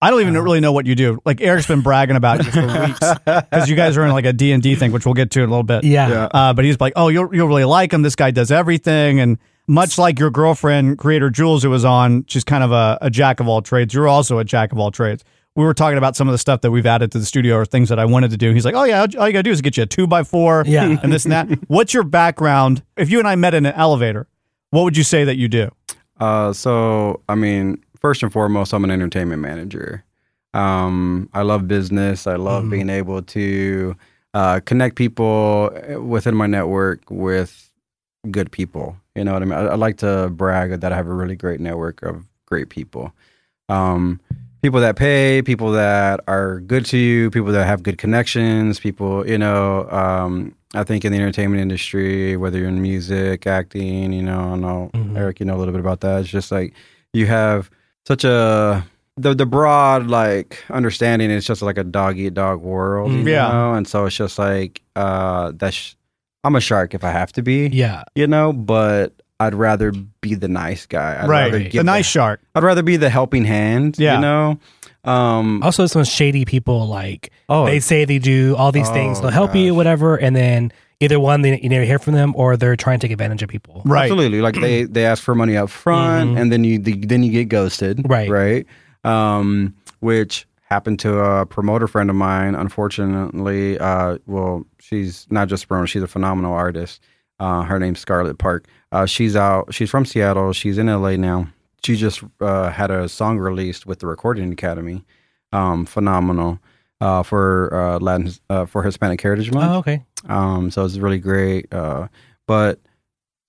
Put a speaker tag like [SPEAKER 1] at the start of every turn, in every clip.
[SPEAKER 1] I don't even really know what you do. Like Eric's been bragging about you for weeks because you guys are in like a D and D thing, which we'll get to in a little bit.
[SPEAKER 2] Yeah.
[SPEAKER 3] Yeah.
[SPEAKER 1] Uh, but he's like, oh, you'll you'll really like him. This guy does everything, and much like your girlfriend, creator Jules, who was on, she's kind of a, a jack of all trades. You're also a jack of all trades. We were talking about some of the stuff that we've added to the studio or things that I wanted to do. He's like, oh yeah, all you gotta do is get you a two by four,
[SPEAKER 2] Yeah.
[SPEAKER 1] and this and that. What's your background? If you and I met in an elevator, what would you say that you do?
[SPEAKER 3] Uh, so, I mean, first and foremost, I'm an entertainment manager. Um, I love business. I love being able to uh, connect people eh, within my network with good people. You know what I mean? I, I like to brag that I have a really great network of great people. Um, people that pay, people that are good to you, people that have good connections, people, you know, um, I think in the entertainment industry, whether you're in music, acting, you know, I know,
[SPEAKER 1] Mm-hmm.
[SPEAKER 3] Eric, you know a little bit about that. It's just like you have such a, the, the broad like understanding it's just like a dog eat dog world you
[SPEAKER 1] Mm, Yeah.
[SPEAKER 3] know? and so it's just like uh that's i'm a shark if i have to be
[SPEAKER 2] Yeah.
[SPEAKER 3] you know, but I'd rather be the nice guy. I'd Rather
[SPEAKER 1] right,
[SPEAKER 3] give
[SPEAKER 1] the nice shark.
[SPEAKER 3] I'd rather be the helping hand.
[SPEAKER 1] Yeah.
[SPEAKER 3] You know. Um.
[SPEAKER 2] Also, some shady people like
[SPEAKER 3] Oh.
[SPEAKER 2] they say they do all these things.
[SPEAKER 3] Oh,
[SPEAKER 2] They'll help you,
[SPEAKER 3] gosh.
[SPEAKER 2] whatever, and then either one, they, you never hear from them, or they're trying to take advantage of people.
[SPEAKER 1] Right.
[SPEAKER 3] Absolutely. Like they they ask for money up front, and then you then you get ghosted.
[SPEAKER 2] Right.
[SPEAKER 3] Right. Um. Which happened to a promoter friend of mine. Unfortunately, uh, well, she's not just a promoter; she's a phenomenal artist. Uh, her name's Scarlett Park. Uh, she's out. She's from Seattle. She's in LA now. She just uh, had a song released with the Recording Academy. Um, phenomenal uh, for uh, Latin uh, for Hispanic Heritage Month.
[SPEAKER 2] Oh, okay.
[SPEAKER 3] Um, so it was really great. Uh, but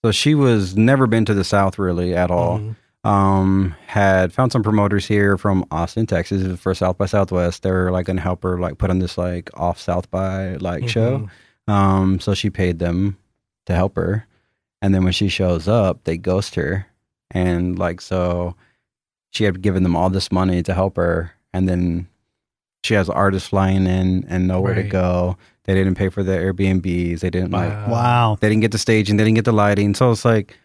[SPEAKER 3] so she was never been to the South really at all.
[SPEAKER 2] Mhm.
[SPEAKER 3] Um, had found some promoters here from Austin, Texas for South by Southwest. They were like gonna help her like put on this like off South by
[SPEAKER 2] Mm-hmm.
[SPEAKER 3] like show. Um, so she paid them to help her. And then when she shows up, they ghost her. And like, so she had given them all this money to help her. And then she has artists flying in and nowhere to
[SPEAKER 2] Right.
[SPEAKER 3] go. They didn't pay for their Airbnbs. They didn't like,
[SPEAKER 1] Wow.
[SPEAKER 3] they didn't get the staging, they didn't get the lighting. So it's like,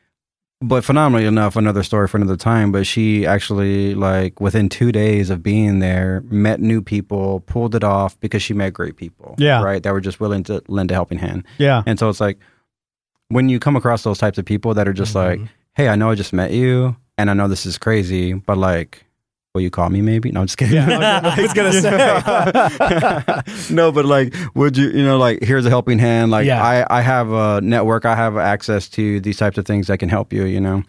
[SPEAKER 3] but phenomenally enough, another story for another time. But she actually, like, within two days of being there, met new people, pulled it off because she met great people.
[SPEAKER 1] Yeah.
[SPEAKER 3] Right. That were just willing to lend a helping hand.
[SPEAKER 1] Yeah.
[SPEAKER 3] And so it's like, when you come across those types of people that are just
[SPEAKER 2] Mhm.
[SPEAKER 1] Mm-hmm.
[SPEAKER 3] like, hey, I know I just met you and I know this is crazy, but like, will you call me maybe? No, I'm just kidding.
[SPEAKER 1] Yeah, I was gonna
[SPEAKER 3] no, but like, would you, you know, like, here's a helping hand. Like,
[SPEAKER 2] Yeah.
[SPEAKER 3] I, I have a network, I have access to these types of things that can help you, you know?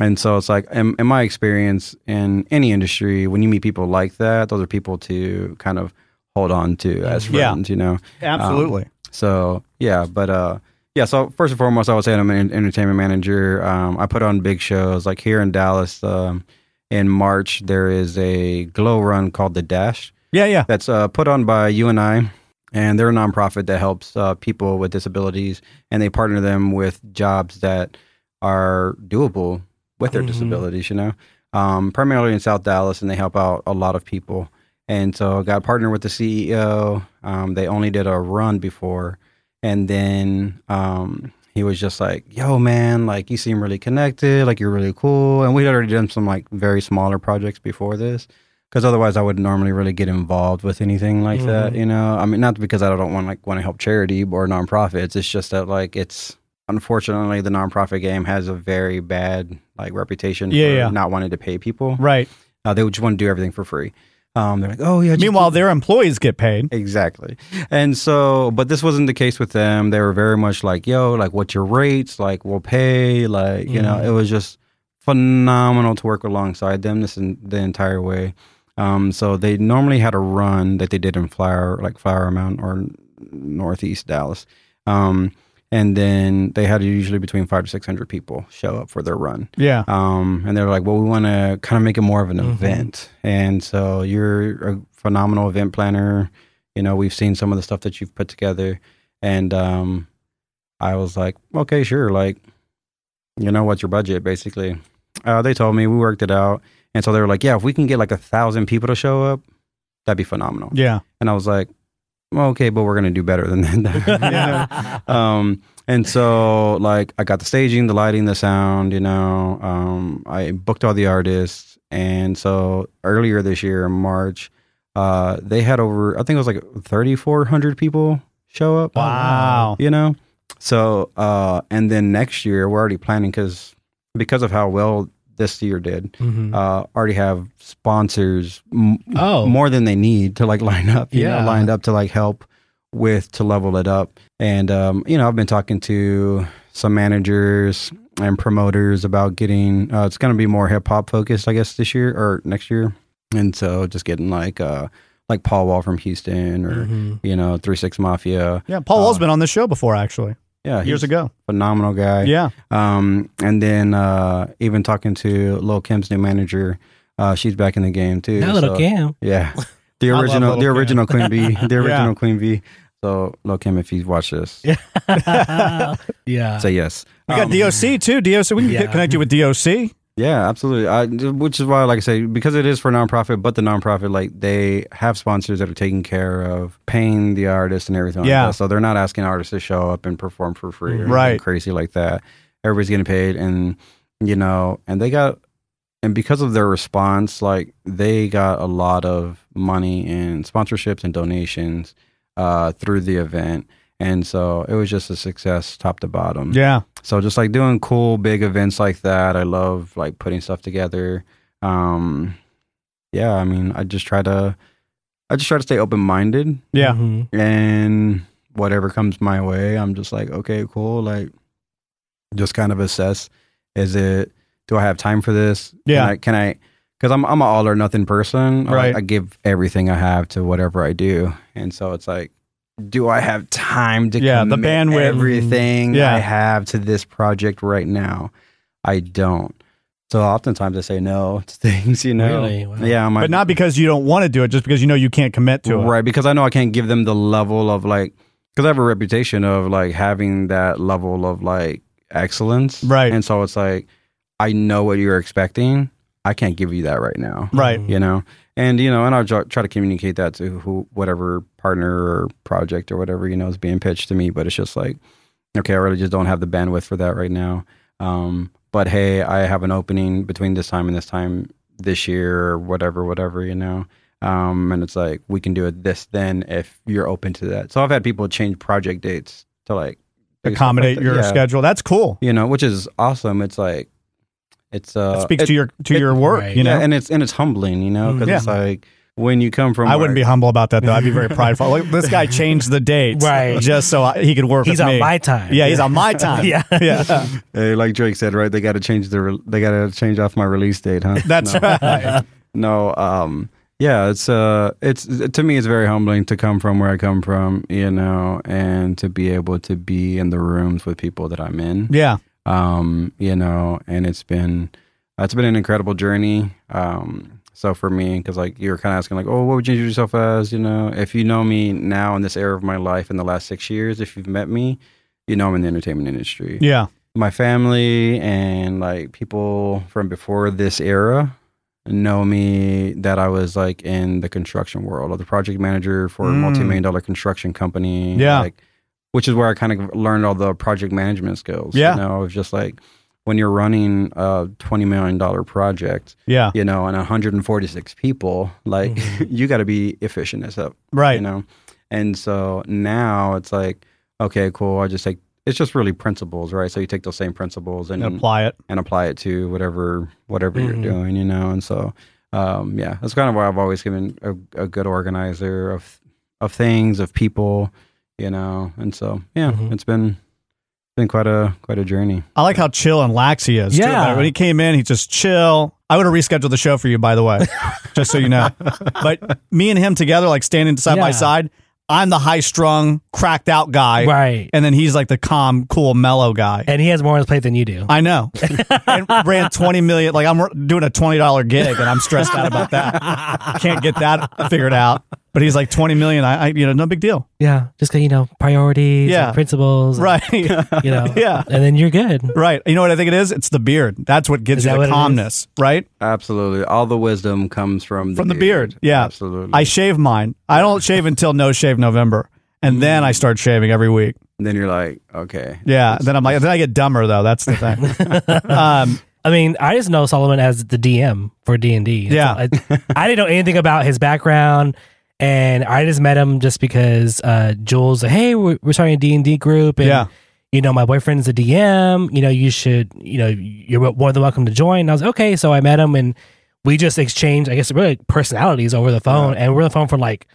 [SPEAKER 3] And so it's like, in, in my experience in any industry, when you meet people like that, those are people to kind of hold on to as
[SPEAKER 1] Yeah.
[SPEAKER 3] friends, you know?
[SPEAKER 1] Absolutely.
[SPEAKER 3] So yeah, but uh, yeah. So first and foremost, I would say I'm an en- entertainment manager. Um, I put on big shows like here in Dallas. Um, in March, there is a glow run called the Dash
[SPEAKER 1] yeah. Yeah.
[SPEAKER 3] that's uh, put on by you and I, and they're a nonprofit that helps uh, people with disabilities, and they partner them with jobs that are doable with their
[SPEAKER 2] Mhm.
[SPEAKER 3] disabilities. You know, um, primarily in South Dallas, and they help out a lot of people. And so, I got partnered with the CEO. Um, they only did a run before, and then um, he was just like, "Yo, man, like you seem really connected. Like you're really cool." And we'd already done some like very smaller projects before this, because otherwise I wouldn't normally really get involved with anything like
[SPEAKER 1] Mm-hmm.
[SPEAKER 3] that. You know, I mean, not because I don't want like want to help charity or nonprofits. It's just that like it's unfortunately the nonprofit game has a very bad like reputation
[SPEAKER 1] Yeah,
[SPEAKER 3] for
[SPEAKER 1] yeah.
[SPEAKER 3] not wanting to pay people.
[SPEAKER 1] Right.
[SPEAKER 3] Uh, they just want to do everything for free. Um, they're like, "Oh yeah." just
[SPEAKER 1] Meanwhile, their employees get paid.
[SPEAKER 3] Exactly. And so, but this wasn't the case with them. They were very much like, yo, like, what's your rates? Like, we'll pay. Like, you know, it was just phenomenal to work alongside them this in, the entire way. Um, so they normally had a run that they did in Flower, like Flower Mound or Northeast Dallas. Um, and then they had usually between five to 600 people show up for their run.
[SPEAKER 1] Yeah.
[SPEAKER 3] Um, and they're like, well, we want to kind of make it more of an event. And so you're a phenomenal event planner. You know, we've seen some of the stuff that you've put together. And um, I was like, okay, sure. Like, you know, what's your budget, basically? Uh, they told me, we worked it out. And so they were like, yeah, if we can get like a thousand people to show up, that'd be phenomenal.
[SPEAKER 1] Yeah.
[SPEAKER 3] And I was like, well, okay, but we're going to do better than that. You know? um, and so like I got the staging, the lighting, the sound, you know, um, I booked all the artists And so earlier this year in March, uh, they had over, I think it was like 3,400 people show up.
[SPEAKER 1] Wow.
[SPEAKER 3] You know? So, uh, and then next year, we're already planning because because of how well this year did,
[SPEAKER 2] Mhm.
[SPEAKER 3] uh, already have sponsors m-
[SPEAKER 2] oh,
[SPEAKER 3] more than they need to like line up, you know,
[SPEAKER 2] Yeah.
[SPEAKER 3] lined up to like help with to level it up. And um, you know, I've been talking to some managers and promoters about getting uh, it's going to be more hip hop focused, I guess, this year or next year. And so just getting like uh like Paul Wall from Houston or
[SPEAKER 2] Mhm.
[SPEAKER 3] you know Three Six Mafia.
[SPEAKER 1] Yeah, Paul
[SPEAKER 3] Uh,
[SPEAKER 1] Wall's been on this show before, actually,
[SPEAKER 3] Yeah, he's
[SPEAKER 1] years ago.
[SPEAKER 3] a phenomenal guy.
[SPEAKER 1] Yeah,
[SPEAKER 3] Um, and then uh, even talking to Lil Kim's new manager. Uh, she's back in the game too.
[SPEAKER 2] Now little
[SPEAKER 3] so-
[SPEAKER 2] Cam.
[SPEAKER 3] yeah. The
[SPEAKER 1] love
[SPEAKER 3] original
[SPEAKER 1] Lil'
[SPEAKER 3] the
[SPEAKER 1] Kim.
[SPEAKER 3] original Queen Bee. The original
[SPEAKER 1] Yeah.
[SPEAKER 3] Queen Bee. So Lil Kim, if you watch this,
[SPEAKER 2] yeah.
[SPEAKER 3] say yes.
[SPEAKER 1] we got
[SPEAKER 3] Um,
[SPEAKER 1] DOC too. DOC, we can
[SPEAKER 2] yeah.
[SPEAKER 1] get- connect you with DOC.
[SPEAKER 3] Yeah, absolutely. I, which is why, like I say, because it is for nonprofit, but the nonprofit, like they have sponsors that are taking care of paying the artist and everything. like
[SPEAKER 1] Yeah.
[SPEAKER 3] that. So they're not asking artists to show up and perform for free, or anything
[SPEAKER 1] Right.
[SPEAKER 3] Crazy like that. Everybody's getting paid, and you know, and they got, and because of their response, like they got a lot of money and sponsorships and donations uh, through the event, and so it was just a success, top to bottom.
[SPEAKER 1] Yeah,
[SPEAKER 3] So just like doing cool big events like that, I love like putting stuff together. Um, yeah, I mean, I just try to, I just try to stay open minded
[SPEAKER 1] yeah,
[SPEAKER 2] Mhm.
[SPEAKER 3] and whatever comes my way, I'm just like, okay, cool. Like, just kind of assess: is it? Do I have time for this?
[SPEAKER 1] Yeah.
[SPEAKER 3] Can I? Because I'm I'm an all or nothing person. I like-
[SPEAKER 1] Right.
[SPEAKER 3] I give everything I have to whatever I do, and so it's like, do I have time to?
[SPEAKER 1] Yeah, the
[SPEAKER 3] commit
[SPEAKER 1] bandwidth.
[SPEAKER 3] Everything
[SPEAKER 1] Yeah.
[SPEAKER 3] I have to this project right now, I don't. So oftentimes I say no to things, you know.
[SPEAKER 2] Really? Wow.
[SPEAKER 3] Yeah, I'm
[SPEAKER 1] but not because you don't want to do it, just because you know you can't commit to it.
[SPEAKER 3] right because i know i can't give them the level of like because i have a reputation of like having that level of like excellence
[SPEAKER 1] Right.
[SPEAKER 3] and so it's like i know what you're expecting i can't give you that right now
[SPEAKER 1] Right.
[SPEAKER 2] Mm-hmm.
[SPEAKER 3] you know and you know and i'll try try to communicate that to who whatever partner or project or whatever you know is being pitched to me but it's just like okay i really just don't have the bandwidth for that right now um, but hey i have an opening between this time and this time this year or whatever whatever you know um, and it's like we can do it this then if you're open to that so i've had people change project dates to like do stuff like
[SPEAKER 1] Accommodate
[SPEAKER 3] that.
[SPEAKER 1] your
[SPEAKER 3] Yeah.
[SPEAKER 1] schedule. That's cool.
[SPEAKER 3] you know which is awesome it's like it's uh
[SPEAKER 1] That speaks
[SPEAKER 3] it-
[SPEAKER 1] to your to
[SPEAKER 3] it-
[SPEAKER 1] your work.
[SPEAKER 2] Right.
[SPEAKER 1] You know, Mm-hmm.
[SPEAKER 3] yeah, and it's and it's humbling, you know, because
[SPEAKER 1] Yeah.
[SPEAKER 3] it's like when you come from.
[SPEAKER 1] I wouldn't be humble about that though. I'd be very prideful. Like, this guy changed the date,
[SPEAKER 2] Right.
[SPEAKER 1] Just so I, he could work.
[SPEAKER 2] He's
[SPEAKER 1] with
[SPEAKER 2] on
[SPEAKER 1] me.
[SPEAKER 2] my time.
[SPEAKER 1] Yeah, he's on my time.
[SPEAKER 2] Yeah.
[SPEAKER 1] yeah.
[SPEAKER 3] Hey, eh, like Drake said, right? They got to change the re- they got to change off my release date, huh?
[SPEAKER 1] That's
[SPEAKER 3] no.
[SPEAKER 1] right.
[SPEAKER 3] No, um, yeah, it's uh, it's to me, it's very humbling to come from where I come from, you know, and to be able to be in the rooms with people that I'm in.
[SPEAKER 1] Yeah.
[SPEAKER 3] um, you know, and it's been it's been an incredible journey. Um, so for me, because like you were kind of asking, like, oh, what would you introduce yourself as? You know, if you know me now in this era of my life in the last six years, if you've met me, you know I'm in the entertainment industry.
[SPEAKER 1] Yeah.
[SPEAKER 3] My family and like people from before this era know me that I was like in the construction world or the project manager for a
[SPEAKER 1] Mm.
[SPEAKER 3] multi-million dollar construction company.
[SPEAKER 1] Yeah.
[SPEAKER 3] Like which is where I kind of learned all the project management skills.
[SPEAKER 1] Yeah.
[SPEAKER 3] You know, it was just like when you're running a $20 million project,
[SPEAKER 1] Yeah.
[SPEAKER 3] you know, and 146 people, like
[SPEAKER 1] Mm-hmm.
[SPEAKER 3] you got to be efficient as hell,
[SPEAKER 1] Right.
[SPEAKER 3] you know? And so now it's like, okay, cool. I just take, it's just really principles, right? So you take those same principles and,
[SPEAKER 1] And apply Mm-hmm. it.
[SPEAKER 3] and apply it to whatever, whatever
[SPEAKER 2] Mhm.
[SPEAKER 3] you're doing, you know? And so, um, yeah, that's kind of why I've always been a, a good organizer of, of things, of people, you know? And so, yeah,
[SPEAKER 1] Mm-hmm.
[SPEAKER 2] Mhm.
[SPEAKER 3] it's been, been quite a, quite a journey.
[SPEAKER 1] I like how chill and lax he is. too.
[SPEAKER 2] Yeah.
[SPEAKER 1] Like, when he came in, he's just chill. I would have rescheduled the show for you, by the way, just so you know. But me and him together, like standing side by
[SPEAKER 2] Yeah.
[SPEAKER 1] side, I'm the high strung, cracked out guy.
[SPEAKER 2] Right.
[SPEAKER 1] And then he's like the calm, cool, mellow guy.
[SPEAKER 2] And he has more on his plate than you do.
[SPEAKER 1] I know. and ran 20 million. Like I'm doing a $20 gig and I'm stressed out about that. Can't get that figured out. But he's like 20 million. I, I you know, no big deal.
[SPEAKER 2] Yeah. Just 'cause, you know, priorities,
[SPEAKER 1] Yeah.
[SPEAKER 2] and principles. and,
[SPEAKER 1] Right.
[SPEAKER 2] you know.
[SPEAKER 1] Yeah.
[SPEAKER 2] And then you're good.
[SPEAKER 1] right. You know what I think it is? It's the beard. That's what gives
[SPEAKER 2] Is
[SPEAKER 1] you
[SPEAKER 2] that
[SPEAKER 1] the
[SPEAKER 2] what it is?
[SPEAKER 1] calmness, right?
[SPEAKER 3] Absolutely. All the wisdom comes from the
[SPEAKER 1] From the
[SPEAKER 3] beard.
[SPEAKER 1] beard, yeah.
[SPEAKER 3] Absolutely.
[SPEAKER 1] I shave mine. I don't shave until no shave November. And then I start shaving every week.
[SPEAKER 3] and then you're like, okay.
[SPEAKER 1] Yeah. Then I'm like, then I get dumber though. That's the thing. um,
[SPEAKER 2] I mean, I just know Solomon as the DM for D and D.
[SPEAKER 1] Yeah.
[SPEAKER 2] I, I didn't know anything about his background, and I just met him just because uh, Jules, said, hey, we're, we're starting a D and D group, and
[SPEAKER 1] Yeah.
[SPEAKER 2] you know, my boyfriend's a DM. You know, you should, you know, you're more than welcome to join. And I was like, okay, so I met him, and we just exchanged, I guess, really personalities over the phone, and we we're on the phone for like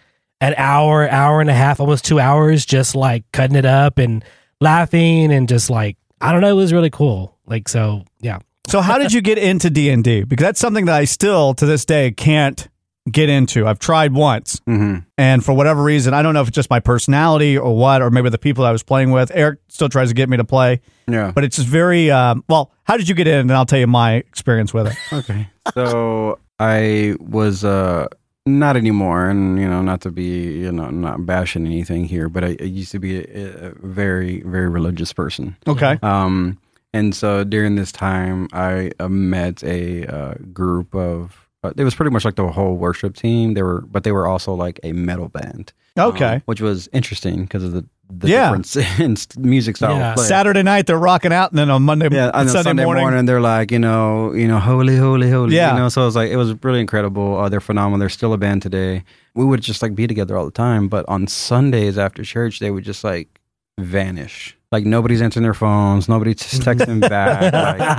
[SPEAKER 2] an hour, hour and a half, almost two hours, just like cutting it up and laughing and just like I don't know, it was really cool. Like so, yeah.
[SPEAKER 1] So how did you get into D and D? Because that's something that I still to this day can't get into. I've tried once,
[SPEAKER 3] Mhm.
[SPEAKER 1] and for whatever reason, I don't know if it's just my personality or what, or maybe the people I was playing with. Eric still tries to get me to play,
[SPEAKER 3] Yeah.
[SPEAKER 1] but it's just very um, well. How did you get in? And I'll tell you my experience with it.
[SPEAKER 3] Okay. so I was uh not anymore, and you know, not to be you know not bashing anything here, but I, I used to be a, a very very religious person.
[SPEAKER 1] Okay,
[SPEAKER 3] Um, and so during this time, I uh, met a uh, group of. Uh, it was pretty much like the whole worship team. They were, but they were also like a metal band. um,
[SPEAKER 1] okay.
[SPEAKER 3] which was interesting because of the, the
[SPEAKER 1] Yeah.
[SPEAKER 3] difference in s- music style.
[SPEAKER 2] Yeah.
[SPEAKER 3] played.
[SPEAKER 1] Saturday night they're rocking out, and then on Monday,
[SPEAKER 3] Yeah, on
[SPEAKER 1] Sunday, morning,
[SPEAKER 3] they're like, you know, you know, holy, holy, holy.
[SPEAKER 1] Yeah.
[SPEAKER 3] You know, so it was like, it was really incredible. Uh, they're phenomenal. They're still a band today. We would just like be together all the time. But on Sundays after church, they would just like vanish. Like nobody's answering their phones. Nobody's texting back.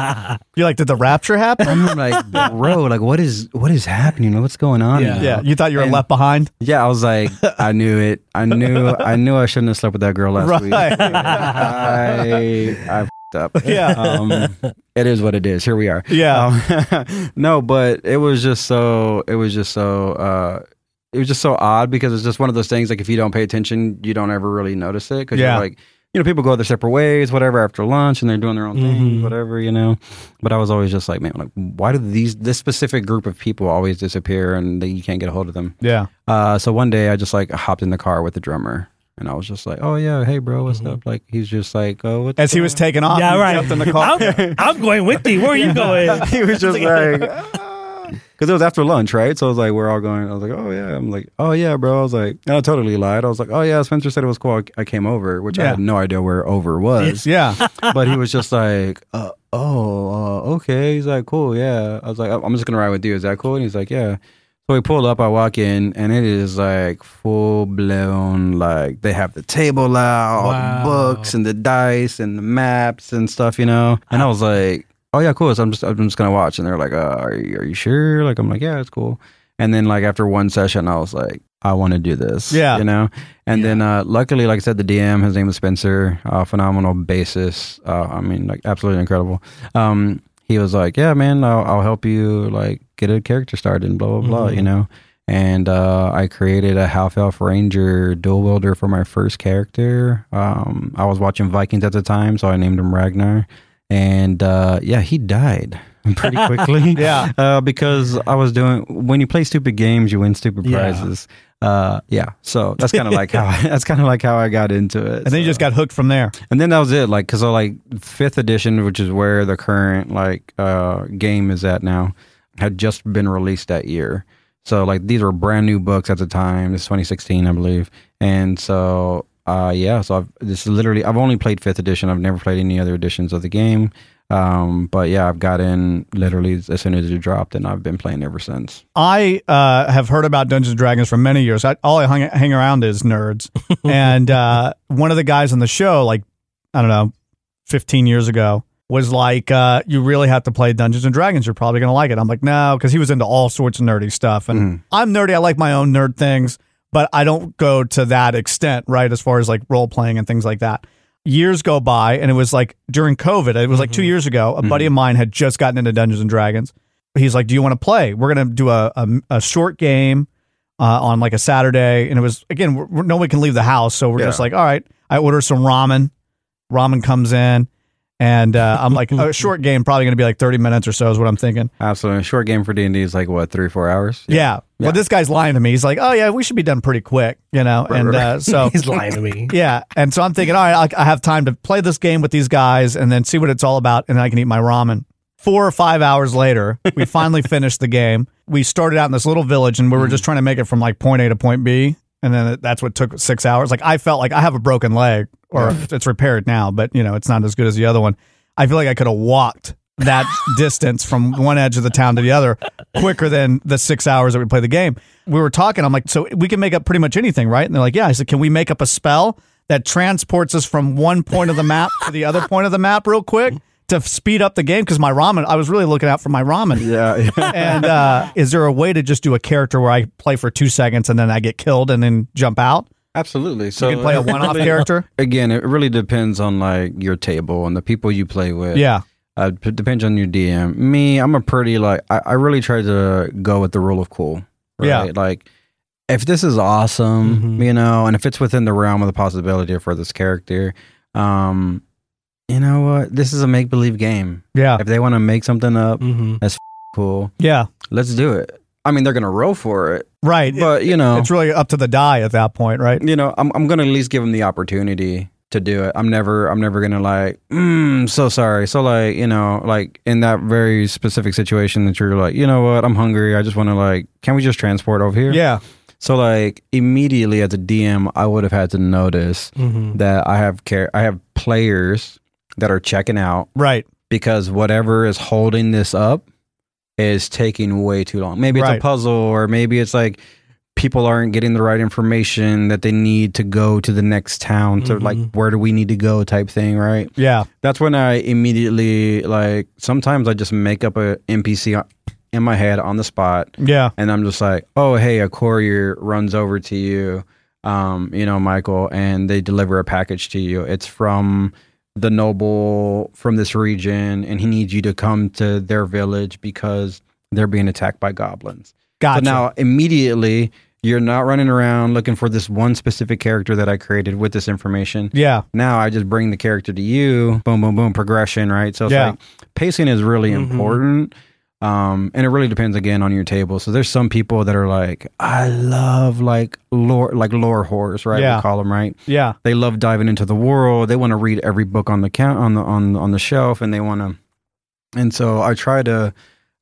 [SPEAKER 3] Like,
[SPEAKER 1] you're like, did the rapture happen?
[SPEAKER 3] I'm like, bro, like what is what is happening? Like, What's going on?
[SPEAKER 2] Yeah.
[SPEAKER 3] now?"
[SPEAKER 1] yeah, you thought you were
[SPEAKER 3] And-
[SPEAKER 1] left behind.
[SPEAKER 3] Yeah, I was like, I knew it. I knew I knew I shouldn't have slept with that girl last week.
[SPEAKER 1] Right.
[SPEAKER 3] I I fed up.
[SPEAKER 1] Yeah.
[SPEAKER 3] Um, it is what it is. Here we are.
[SPEAKER 1] Yeah,
[SPEAKER 3] Um, no, but it was just so it was just so uh it was just so odd because it's just one of those things like if you don't pay attention, you don't ever really notice it cuz
[SPEAKER 1] Yeah.
[SPEAKER 3] you're like you know, people go their separate ways, whatever, after lunch, and they're doing their own
[SPEAKER 2] Mhm.
[SPEAKER 1] Mm-hmm.
[SPEAKER 3] thing, whatever, you know. But I was always just like, man, like, why do these this specific group of people always disappear and they, you can't get a hold of them?
[SPEAKER 1] yeah.
[SPEAKER 3] Uh, so one day I just like hopped in the car with the drummer and I was just like, oh yeah, hey bro, what's
[SPEAKER 2] Mhm.
[SPEAKER 3] up? Like he's just like, oh, what's
[SPEAKER 1] Mm-hmm. As he was
[SPEAKER 3] going
[SPEAKER 1] taking off,
[SPEAKER 2] Yeah,
[SPEAKER 1] you
[SPEAKER 2] right.
[SPEAKER 1] jumped in the car.
[SPEAKER 2] I'm, I'm going with you. Where are you going?
[SPEAKER 3] on?" he was just like, because it was after lunch, right? So I was like, we're all going. I was like, oh yeah, I'm like, oh yeah, bro. I was like, and I totally lied. I was like, oh yeah, Spencer said it was cool. I- I came over, which I
[SPEAKER 1] Yeah.
[SPEAKER 3] had no idea where over was.
[SPEAKER 1] yeah,
[SPEAKER 3] but he was just like, uh, oh, uh, okay. He's like, cool, yeah. I was like, I'm just gonna ride with you. Is that cool? And he's like, yeah. So we pull up. I walk in, and it is like full blown. Like they have the table
[SPEAKER 2] Wow.
[SPEAKER 3] out, all the books, and the dice, and the maps, and stuff. You know. And I was like, oh yeah, cool. So I'm just I'm just gonna watch. And they're like, uh, are you, are you sure? Like I'm like, yeah, it's cool. And then like after one session, I was like, I want to do this.
[SPEAKER 1] Yeah.
[SPEAKER 3] You know. And then uh, luckily, like I said, the DM, his name is Spencer, uh, phenomenal bassist. Uh, I mean, like absolutely incredible. Um, he was like, yeah, man, I'll, I'll help you like get a character started and blah blah blah.
[SPEAKER 2] Mhm.
[SPEAKER 3] You know. And uh, I created a half elf ranger dual wielder for my first character. Um, I was watching Vikings at the time, so I named him Ragnar. And uh, yeah, he died pretty quickly.
[SPEAKER 1] yeah.
[SPEAKER 3] Uh, because I was doing when you play stupid games, you win stupid
[SPEAKER 2] Yeah.
[SPEAKER 3] prizes. Uh, yeah. So that's kind of like how that's kind of like how I got into it.
[SPEAKER 1] And then you just got hooked from there.
[SPEAKER 3] and then that was it. Like, cause so like fifth edition, which is where the current like uh game is at now, had just been released that year. So like these were brand new books at the time. It's 2016, I believe. And so uh yeah, so I've this is literally I've only played fifth edition. I've never played any other editions of the game. Um, but yeah, I've got in literally as soon as it dropped, and I've been playing ever since.
[SPEAKER 1] I uh, have heard about Dungeons and Dragons for many years. I, all I hung, hang around is nerds. and uh, one of the guys on the show, like, I don't know, 15 years ago, was like, uh, you really have to play Dungeons and Dragons. You're probably going to like it. I'm like, no, because he was into all sorts of nerdy stuff. And
[SPEAKER 3] Mhm.
[SPEAKER 1] I'm nerdy. I like my own nerd things, but I don't go to that extent, right? As far as like role playing and things like that. Years go by, and it was like during COVID, it was like two years ago, a buddy of mine had just gotten into Dungeons and Dragons. He's like, Do you want to play? We're going to do a, a, a short game uh, on like a Saturday. And it was, again, we're, we're, no one can leave the house. So we're
[SPEAKER 3] Yeah.
[SPEAKER 1] just like, All right, I order some ramen. Ramen comes in, and uh, I'm like, A short game, probably going to be like 30 minutes or so, is what I'm thinking.
[SPEAKER 3] Absolutely, a short game for D and D is like what three, four hours.
[SPEAKER 1] Yeah.
[SPEAKER 3] Yeah.
[SPEAKER 1] Well, this guy's lying to me. He's like, "Oh yeah, we should be done pretty quick," you know.
[SPEAKER 3] Right,
[SPEAKER 1] and
[SPEAKER 3] right,
[SPEAKER 1] Uh, so
[SPEAKER 2] He's lying to me.
[SPEAKER 1] yeah, and so I'm thinking, all right, I, I have time to play this game with these guys and then see what it's all about, and I can eat my ramen. Four or five hours later, we finally finished the game. We started out in this little village, and we were
[SPEAKER 3] Mm.
[SPEAKER 1] just trying to make it from like point A to point B, and then it- that's what took six hours. Like I felt like I have a broken leg, or it's repaired now, but you know it's not as good as the other one. I feel like I could have walked that distance from one edge of the town to the other quicker than the six hours that we play the game. We were talking. I'm like, so we can make up pretty much anything, right? And they're like, yeah. I said, can we make up a spell that transports us from one point of the map to the other point of the map real quick to speed up the game? Because my ramen, I was really looking out for my ramen.
[SPEAKER 3] Yeah, yeah.
[SPEAKER 1] And uh, is there a way to just do a character where I play for two seconds and then I get killed and then jump out?
[SPEAKER 3] absolutely.
[SPEAKER 1] You
[SPEAKER 3] So
[SPEAKER 1] can play a one-off character.
[SPEAKER 3] Again, it really depends on like your table and the people you play with.
[SPEAKER 1] Yeah.
[SPEAKER 3] uh, p- depends on your DM. Me, I'm a pretty like I, I really try to go with the rule of cool. Right?
[SPEAKER 1] Yeah. Mm-hmm.
[SPEAKER 3] like if this is awesome,
[SPEAKER 2] Mhm.
[SPEAKER 3] you know, and if it's within the realm of the possibility for this character, um, you know what, this is a make believe game.
[SPEAKER 1] Yeah.
[SPEAKER 3] If they want to make something
[SPEAKER 1] Mm.
[SPEAKER 3] up,
[SPEAKER 2] Mm-hmm.
[SPEAKER 3] cool,
[SPEAKER 1] Yeah.
[SPEAKER 3] let's do it. I mean, they're gonna roll for it,
[SPEAKER 1] Right.
[SPEAKER 3] but you know,
[SPEAKER 1] It's really up to the die at that point, right?
[SPEAKER 3] you know, I'm I'm gonna at least give them the opportunity to do it. I'm never I'm never gonna like, mm, so sorry. So like, you know, like in that very specific situation that you're like, you know what, I'm hungry. I just want to like, can we just transport over here?
[SPEAKER 1] Yeah.
[SPEAKER 3] So like immediately as a DM, I would have had to notice
[SPEAKER 2] Mm-hmm.
[SPEAKER 3] that I have care I have players that are checking out
[SPEAKER 1] Right.
[SPEAKER 3] because whatever is holding this up is taking way too long. Maybe it's
[SPEAKER 1] Right.
[SPEAKER 3] a puzzle, or maybe it's like people aren't getting the right information that they need to go to the next town to like
[SPEAKER 2] Mhm.
[SPEAKER 3] where do we need to go type thing, right?
[SPEAKER 1] Yeah.
[SPEAKER 3] That's when I immediately like sometimes I just make up a NPC in my head on the spot
[SPEAKER 1] Yeah.
[SPEAKER 3] and I'm just like, "Oh, hey, a courier runs over to you, um, you know, Michael, and they deliver a package to you. It's from the noble from this region, and he needs you to come to their village because they're being attacked by goblins."
[SPEAKER 1] Gotcha.
[SPEAKER 3] So now immediately, you're not running around looking for this one specific character that I created with this information.
[SPEAKER 1] yeah.
[SPEAKER 3] Now I just bring the character to you. Boom, boom, boom. Progression, right? So it's
[SPEAKER 1] Yeah.
[SPEAKER 3] like pacing is really
[SPEAKER 2] Mhm.
[SPEAKER 3] important. Um, and it really depends again on your table. So there's some people that are like, I love like lore, like lore horrors, right?
[SPEAKER 1] Yeah.
[SPEAKER 3] We call them right.
[SPEAKER 1] Yeah.
[SPEAKER 3] They love diving into the world. They want to read every book on the count on the on on the shelf, and they want to. And so I try to,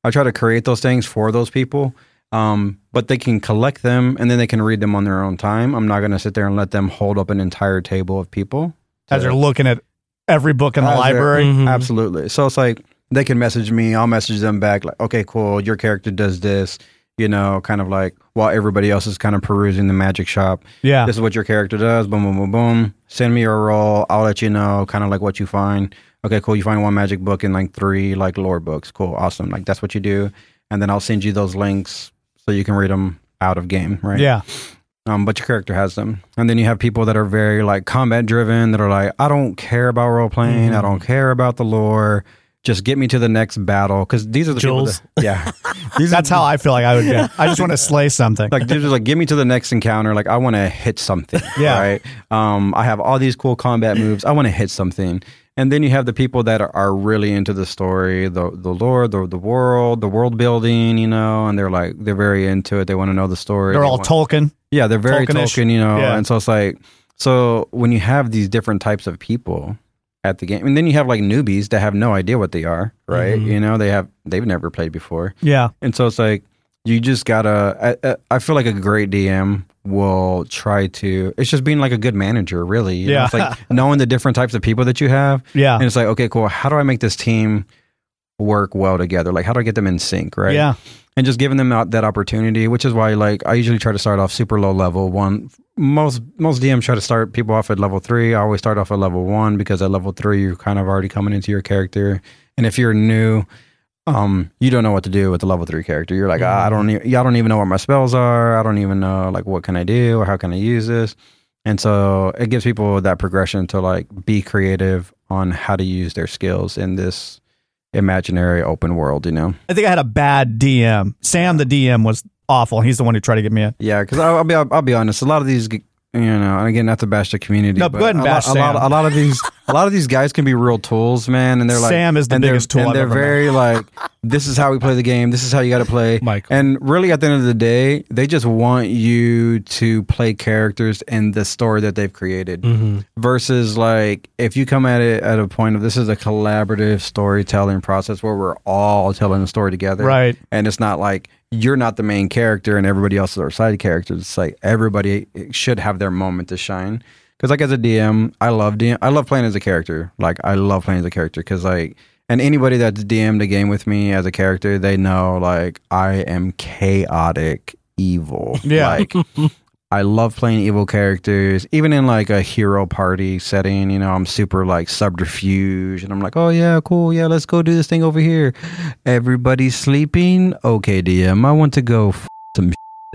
[SPEAKER 3] I try to create those things for those people. Um, but they can collect them and then they can read them on their own time. I'm not going to sit there and let them hold up an entire table of people
[SPEAKER 1] As you're looking at every book in the
[SPEAKER 3] As they're-
[SPEAKER 1] library.
[SPEAKER 2] Mm-hmm.
[SPEAKER 3] Absolutely. So it's like they can message me. I'll message them back. Like, okay, cool. Your character does this. You know, kind of like while everybody else is kind of perusing the magic shop.
[SPEAKER 1] Yeah.
[SPEAKER 3] This is what your character does. Boom, boom, boom, boom. Send me your roll. I'll let you know. Kind of like what you find. Okay, cool. You find one magic book and like three like lore books. Cool, awesome. Like that's what you do. And then I'll send you those links so you can read them out of game. Right
[SPEAKER 1] Yeah.
[SPEAKER 3] um, but your character has them. And then you have people that are very like combat driven that are like, I don't care about role playing.
[SPEAKER 1] Mm-hmm.
[SPEAKER 3] I don't care about the lore. Just get me to the next battle because these are the
[SPEAKER 2] Jules.
[SPEAKER 3] people. That, yeah, these
[SPEAKER 1] That's
[SPEAKER 3] are,
[SPEAKER 1] how I feel like I would get. I just want to slay something.
[SPEAKER 3] like these are like, get me to the next encounter. Like I want to hit something.
[SPEAKER 1] Yeah.
[SPEAKER 3] right. Um, I have all these cool combat moves. I want to hit something. And then you have the people that are, are really into the story, the the lore, the the world, the world building. You know, and they're like they're very into it. They want to know the story.
[SPEAKER 1] They're
[SPEAKER 3] They
[SPEAKER 1] all
[SPEAKER 3] want-
[SPEAKER 1] Tolkien.
[SPEAKER 3] yeah, they're very
[SPEAKER 1] Tolkienish.
[SPEAKER 3] Tolkien, you know.
[SPEAKER 1] Yeah.
[SPEAKER 3] And so it's like, so when you have these different types of people at the game, and then you have like newbies that have no idea what they are, right?
[SPEAKER 1] Mm-hmm.
[SPEAKER 2] Mhm.
[SPEAKER 3] You know, they have they've never played before,
[SPEAKER 1] Yeah.
[SPEAKER 3] and so it's like you just gotta. I- I, I feel like a great DM will try to. It's just being like a good manager, really. you know?
[SPEAKER 1] Yeah. Uh-huh.
[SPEAKER 3] it's like knowing the different types of people that you have, and
[SPEAKER 1] Yeah.
[SPEAKER 3] it's like, okay, cool. How do I make this team work well together? Like, how do I get them in sync, right?
[SPEAKER 1] Yeah.
[SPEAKER 3] and just giving them out that opportunity, which is why like I usually try to start off super low level one. Most most DMs try to start people off at level three. I always start off at level one because at level three you're kind of already coming into your character, and if you're new, um, you don't know what to do with the level three character. You're like, "Ah, I don't, e- yeah, I don't even know what my spells are. I don't even know like what can I do or how can I use this, and so it gives people that progression to like be creative on how to use their skills in this imaginary open world. You know.
[SPEAKER 1] I think I had a bad DM. Sam, the DM, was awful. He's the one who tried to get me in.
[SPEAKER 3] Yeah, because I'll, I'll be I'll, I'll be honest. A lot of these, g- you know, and again, not to bash the community.
[SPEAKER 1] No, go ahead and
[SPEAKER 3] a lot-
[SPEAKER 1] bash
[SPEAKER 3] a lot,
[SPEAKER 1] Sam.
[SPEAKER 3] a lot of these, a lot of these guys can be real tools, man. And they're like,
[SPEAKER 1] Sam is the
[SPEAKER 3] and they're-
[SPEAKER 1] biggest tool
[SPEAKER 3] And
[SPEAKER 1] I've
[SPEAKER 3] they're
[SPEAKER 1] ever
[SPEAKER 3] very like, this is how we play the game. This is how you got to play.
[SPEAKER 2] Michael.
[SPEAKER 3] And really, at the end of the day, they just want you to play characters in the story that they've created.
[SPEAKER 2] Mm-hmm.
[SPEAKER 3] Versus, like, if you come at it at a point of this is a collaborative storytelling process where we're all telling a story together,
[SPEAKER 1] Right.
[SPEAKER 3] and it's not like you're not the main character and everybody else is our side characters. It's like everybody should have their moment to shine. Because like as a DM, I love DM. I love playing as a character. Like I love playing as a character because like And anybody that's DM'd a game with me as a character, they know like I am chaotic evil.
[SPEAKER 1] Yeah.
[SPEAKER 3] Like I love playing evil characters, even in like a hero party setting. You know, I'm super like subterfuge, and I'm like, oh yeah, cool, yeah, let's go do this thing over here. Everybody's sleeping. Okay, DM, I want to go f- some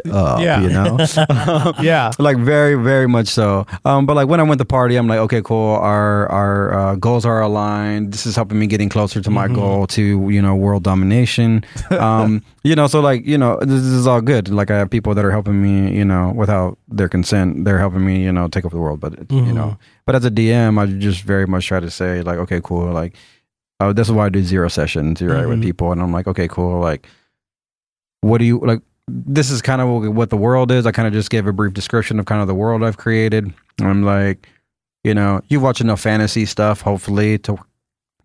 [SPEAKER 3] shit up.
[SPEAKER 1] Yeah.
[SPEAKER 3] You know.
[SPEAKER 1] Yeah.
[SPEAKER 3] like very very much so um but like when i went to party i'm like okay cool our our uh, goals are aligned this is helping me getting closer to my
[SPEAKER 2] Mhm.
[SPEAKER 3] goal to you know world domination um you know so like you know this is all good like i have people that are helping me you know without their consent they're helping me you know take over the world but you know but as a dm i just very much try to say like okay cool like oh this is why i do zero sessions right with
[SPEAKER 2] Mhm.
[SPEAKER 3] people and i'm like okay cool like what do you like this is kind of what the world is. I kind of just gave a brief description of kind of the world I've created. And I'm like, you know, you watch enough fantasy stuff, hopefully, to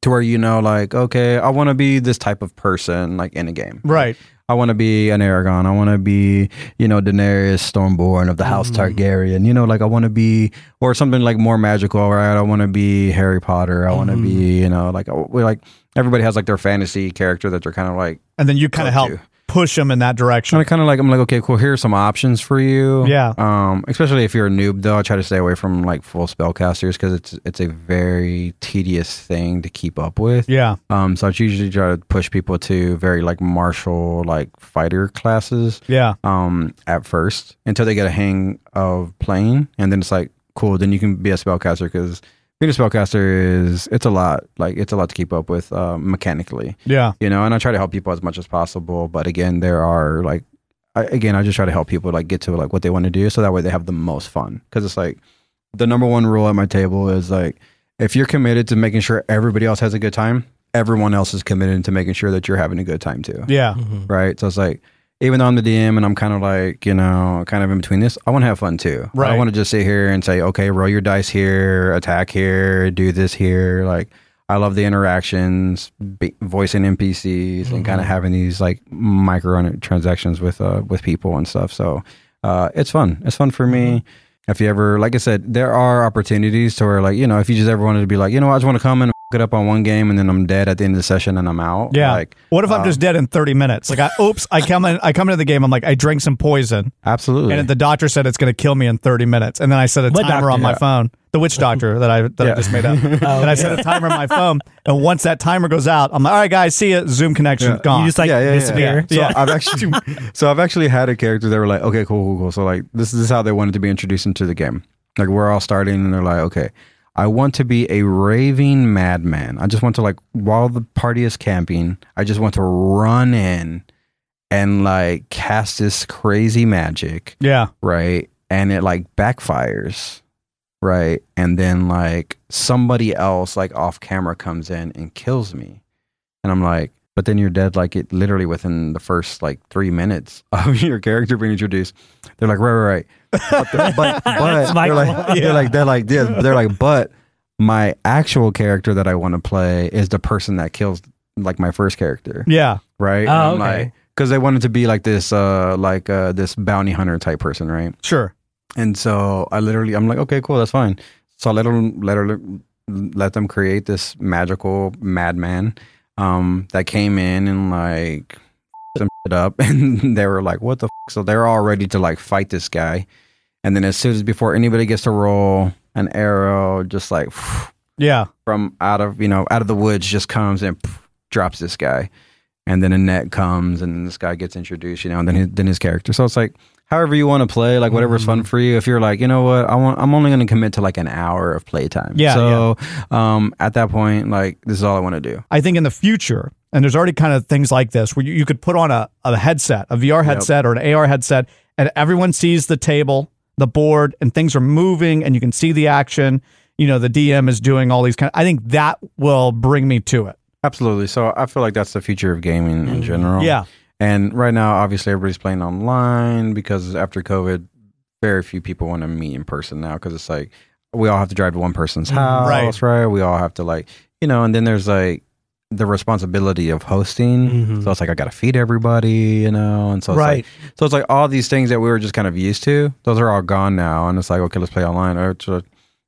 [SPEAKER 3] to where you know, like, okay, I want to be this type of person, like in a game.
[SPEAKER 1] Right.
[SPEAKER 3] I want to be an Aragon. I want to be, you know, Daenerys Stormborn of the House
[SPEAKER 2] Mm.
[SPEAKER 3] Targaryen. You know, like I want to be, or something like more magical, right? I want to be Harry Potter. I want to
[SPEAKER 2] Mhm.
[SPEAKER 1] Mm-hmm.
[SPEAKER 3] be, you know, like we like everybody has like their fantasy character that they're kind of like
[SPEAKER 1] And then you kind of
[SPEAKER 3] Up
[SPEAKER 1] help
[SPEAKER 3] to.
[SPEAKER 1] push them in that
[SPEAKER 3] kind
[SPEAKER 1] direction.
[SPEAKER 3] of kind of like I'm like okay cool here's some options for you
[SPEAKER 1] Yeah.
[SPEAKER 3] um especially if you're a noob though I try to stay away from like full spellcasters because it's it's a very tedious thing to keep up with
[SPEAKER 1] Yeah.
[SPEAKER 3] um so I usually try to push people to very like martial like fighter classes
[SPEAKER 1] Yeah.
[SPEAKER 3] um at first until they get a hang of playing and then it's like cool then you can be a spellcaster because being a spellcaster is it's a lot like it's a lot to keep up with uh, mechanically
[SPEAKER 1] Yeah.
[SPEAKER 3] you know and i try to help people as much as possible but again there are like I, again i just try to help people like get to like what they want to do so that way they have the most fun because it's like the number one rule at my table is like if you're committed to making sure everybody else has a good time everyone else is committed to making sure that you're having a good time too
[SPEAKER 1] Yeah.
[SPEAKER 2] Mm-hmm.
[SPEAKER 3] right so it's like even though i'm the dm and i'm kind of like you know kind of in between this i want to have fun too i
[SPEAKER 1] Right.
[SPEAKER 3] want to just sit here and say okay roll your dice here attack here do this here like i love the interactions be, voicing npcs and kind of
[SPEAKER 1] Mm-hmm.
[SPEAKER 3] having these like micro transactions with uh with people and stuff so uh it's fun it's fun for me
[SPEAKER 1] Mm-hmm.
[SPEAKER 3] if you ever like i said there are opportunities to where like you know if you just ever wanted to be like you know what, i just want to come and get up on one game and then i'm dead at the end of the session and i'm out
[SPEAKER 1] Yeah.
[SPEAKER 3] like
[SPEAKER 1] what if I'm
[SPEAKER 3] uh,
[SPEAKER 1] just dead in 30 minutes? Like, I, oops, I come in, I come into the game. I'm like, I drank some poison,
[SPEAKER 3] absolutely
[SPEAKER 1] and the doctor said it's going to kill me in 30 minutes. And then I set a
[SPEAKER 2] What
[SPEAKER 1] timer on my
[SPEAKER 2] doctor?
[SPEAKER 1] phone, the witch doctor that I that I
[SPEAKER 3] Yeah.
[SPEAKER 1] just made up. and
[SPEAKER 2] Oh,
[SPEAKER 1] I set a timer on my phone, and once that timer goes out, I'm like, all right, guys, see ya. Zoom connection
[SPEAKER 3] Yeah.
[SPEAKER 1] gone.
[SPEAKER 2] You just like disappear.
[SPEAKER 1] Yeah.
[SPEAKER 3] So I've actually, so I've actually had a character that were like, okay, cool, cool, cool. So like, this is how they wanted to be introduced into the game. Like we're all starting, and they're like, okay, I want to be a raving madman. I just want to like, while the party is camping, I just want to run in and like cast this crazy magic,
[SPEAKER 1] yeah.
[SPEAKER 3] right? And it like backfires, right? And then like somebody else like off camera comes in and kills me. And I'm like, but then you're dead like it literally within the first like three minutes of your character being introduced. They're like, right, right, right. But, the- but, but
[SPEAKER 2] That's my
[SPEAKER 3] they're like,
[SPEAKER 2] fault.
[SPEAKER 3] they're like, they're like, this. they're like, but my actual character that I want to play is the person that kills like my first character
[SPEAKER 1] Yeah.
[SPEAKER 3] right?
[SPEAKER 2] Oh,
[SPEAKER 3] And I'm
[SPEAKER 2] okay.
[SPEAKER 3] Like, because they wanted to be like this, uh, like uh, this bounty hunter type person, right?
[SPEAKER 1] Sure.
[SPEAKER 3] And so I literally, I'm like, okay, cool, that's fine. So I let them, let her, let them create this magical madman um, that came in and like some shit up, and they were like, what the? F-? So they're all ready to like fight this guy, and then as soon as before anybody gets to roll an arrow, just like
[SPEAKER 1] Yeah.
[SPEAKER 3] from out of you know out of the woods just comes and pff, drops this guy, and then Annette comes and this guy gets introduced, you know, and then his, then his character. So it's like however you want to play, like whatever's fun for you. If you're like, you know what, I want, I'm only going to commit to like an hour of playtime.
[SPEAKER 1] Yeah,
[SPEAKER 3] So um, at that point, like this is all I want to do.
[SPEAKER 1] I think in the future, and there's already kind of things like this where you, you could put on a, a headset, a VR headset or an AR headset, and everyone sees the table, the board, and things are moving and you can see the action. You know, the DM is doing all these kind I think that will bring me to it.
[SPEAKER 3] Absolutely. So I feel like that's the future of gaming in general.
[SPEAKER 1] Yeah.
[SPEAKER 3] And right now, obviously, everybody's playing online because after COVID, very few people want to meet in person now because it's like we all have to drive to one person's house,
[SPEAKER 1] right.
[SPEAKER 3] right. We all have to like, you know, and then there's like the responsibility of hosting.
[SPEAKER 2] Mhm.
[SPEAKER 3] So it's like I gotta feed everybody, you know, and so it's
[SPEAKER 2] Right.
[SPEAKER 3] Like, so it's like all these things that we were just kind of used to. Those are all gone now, and it's like okay, let's play online, or it's, uh,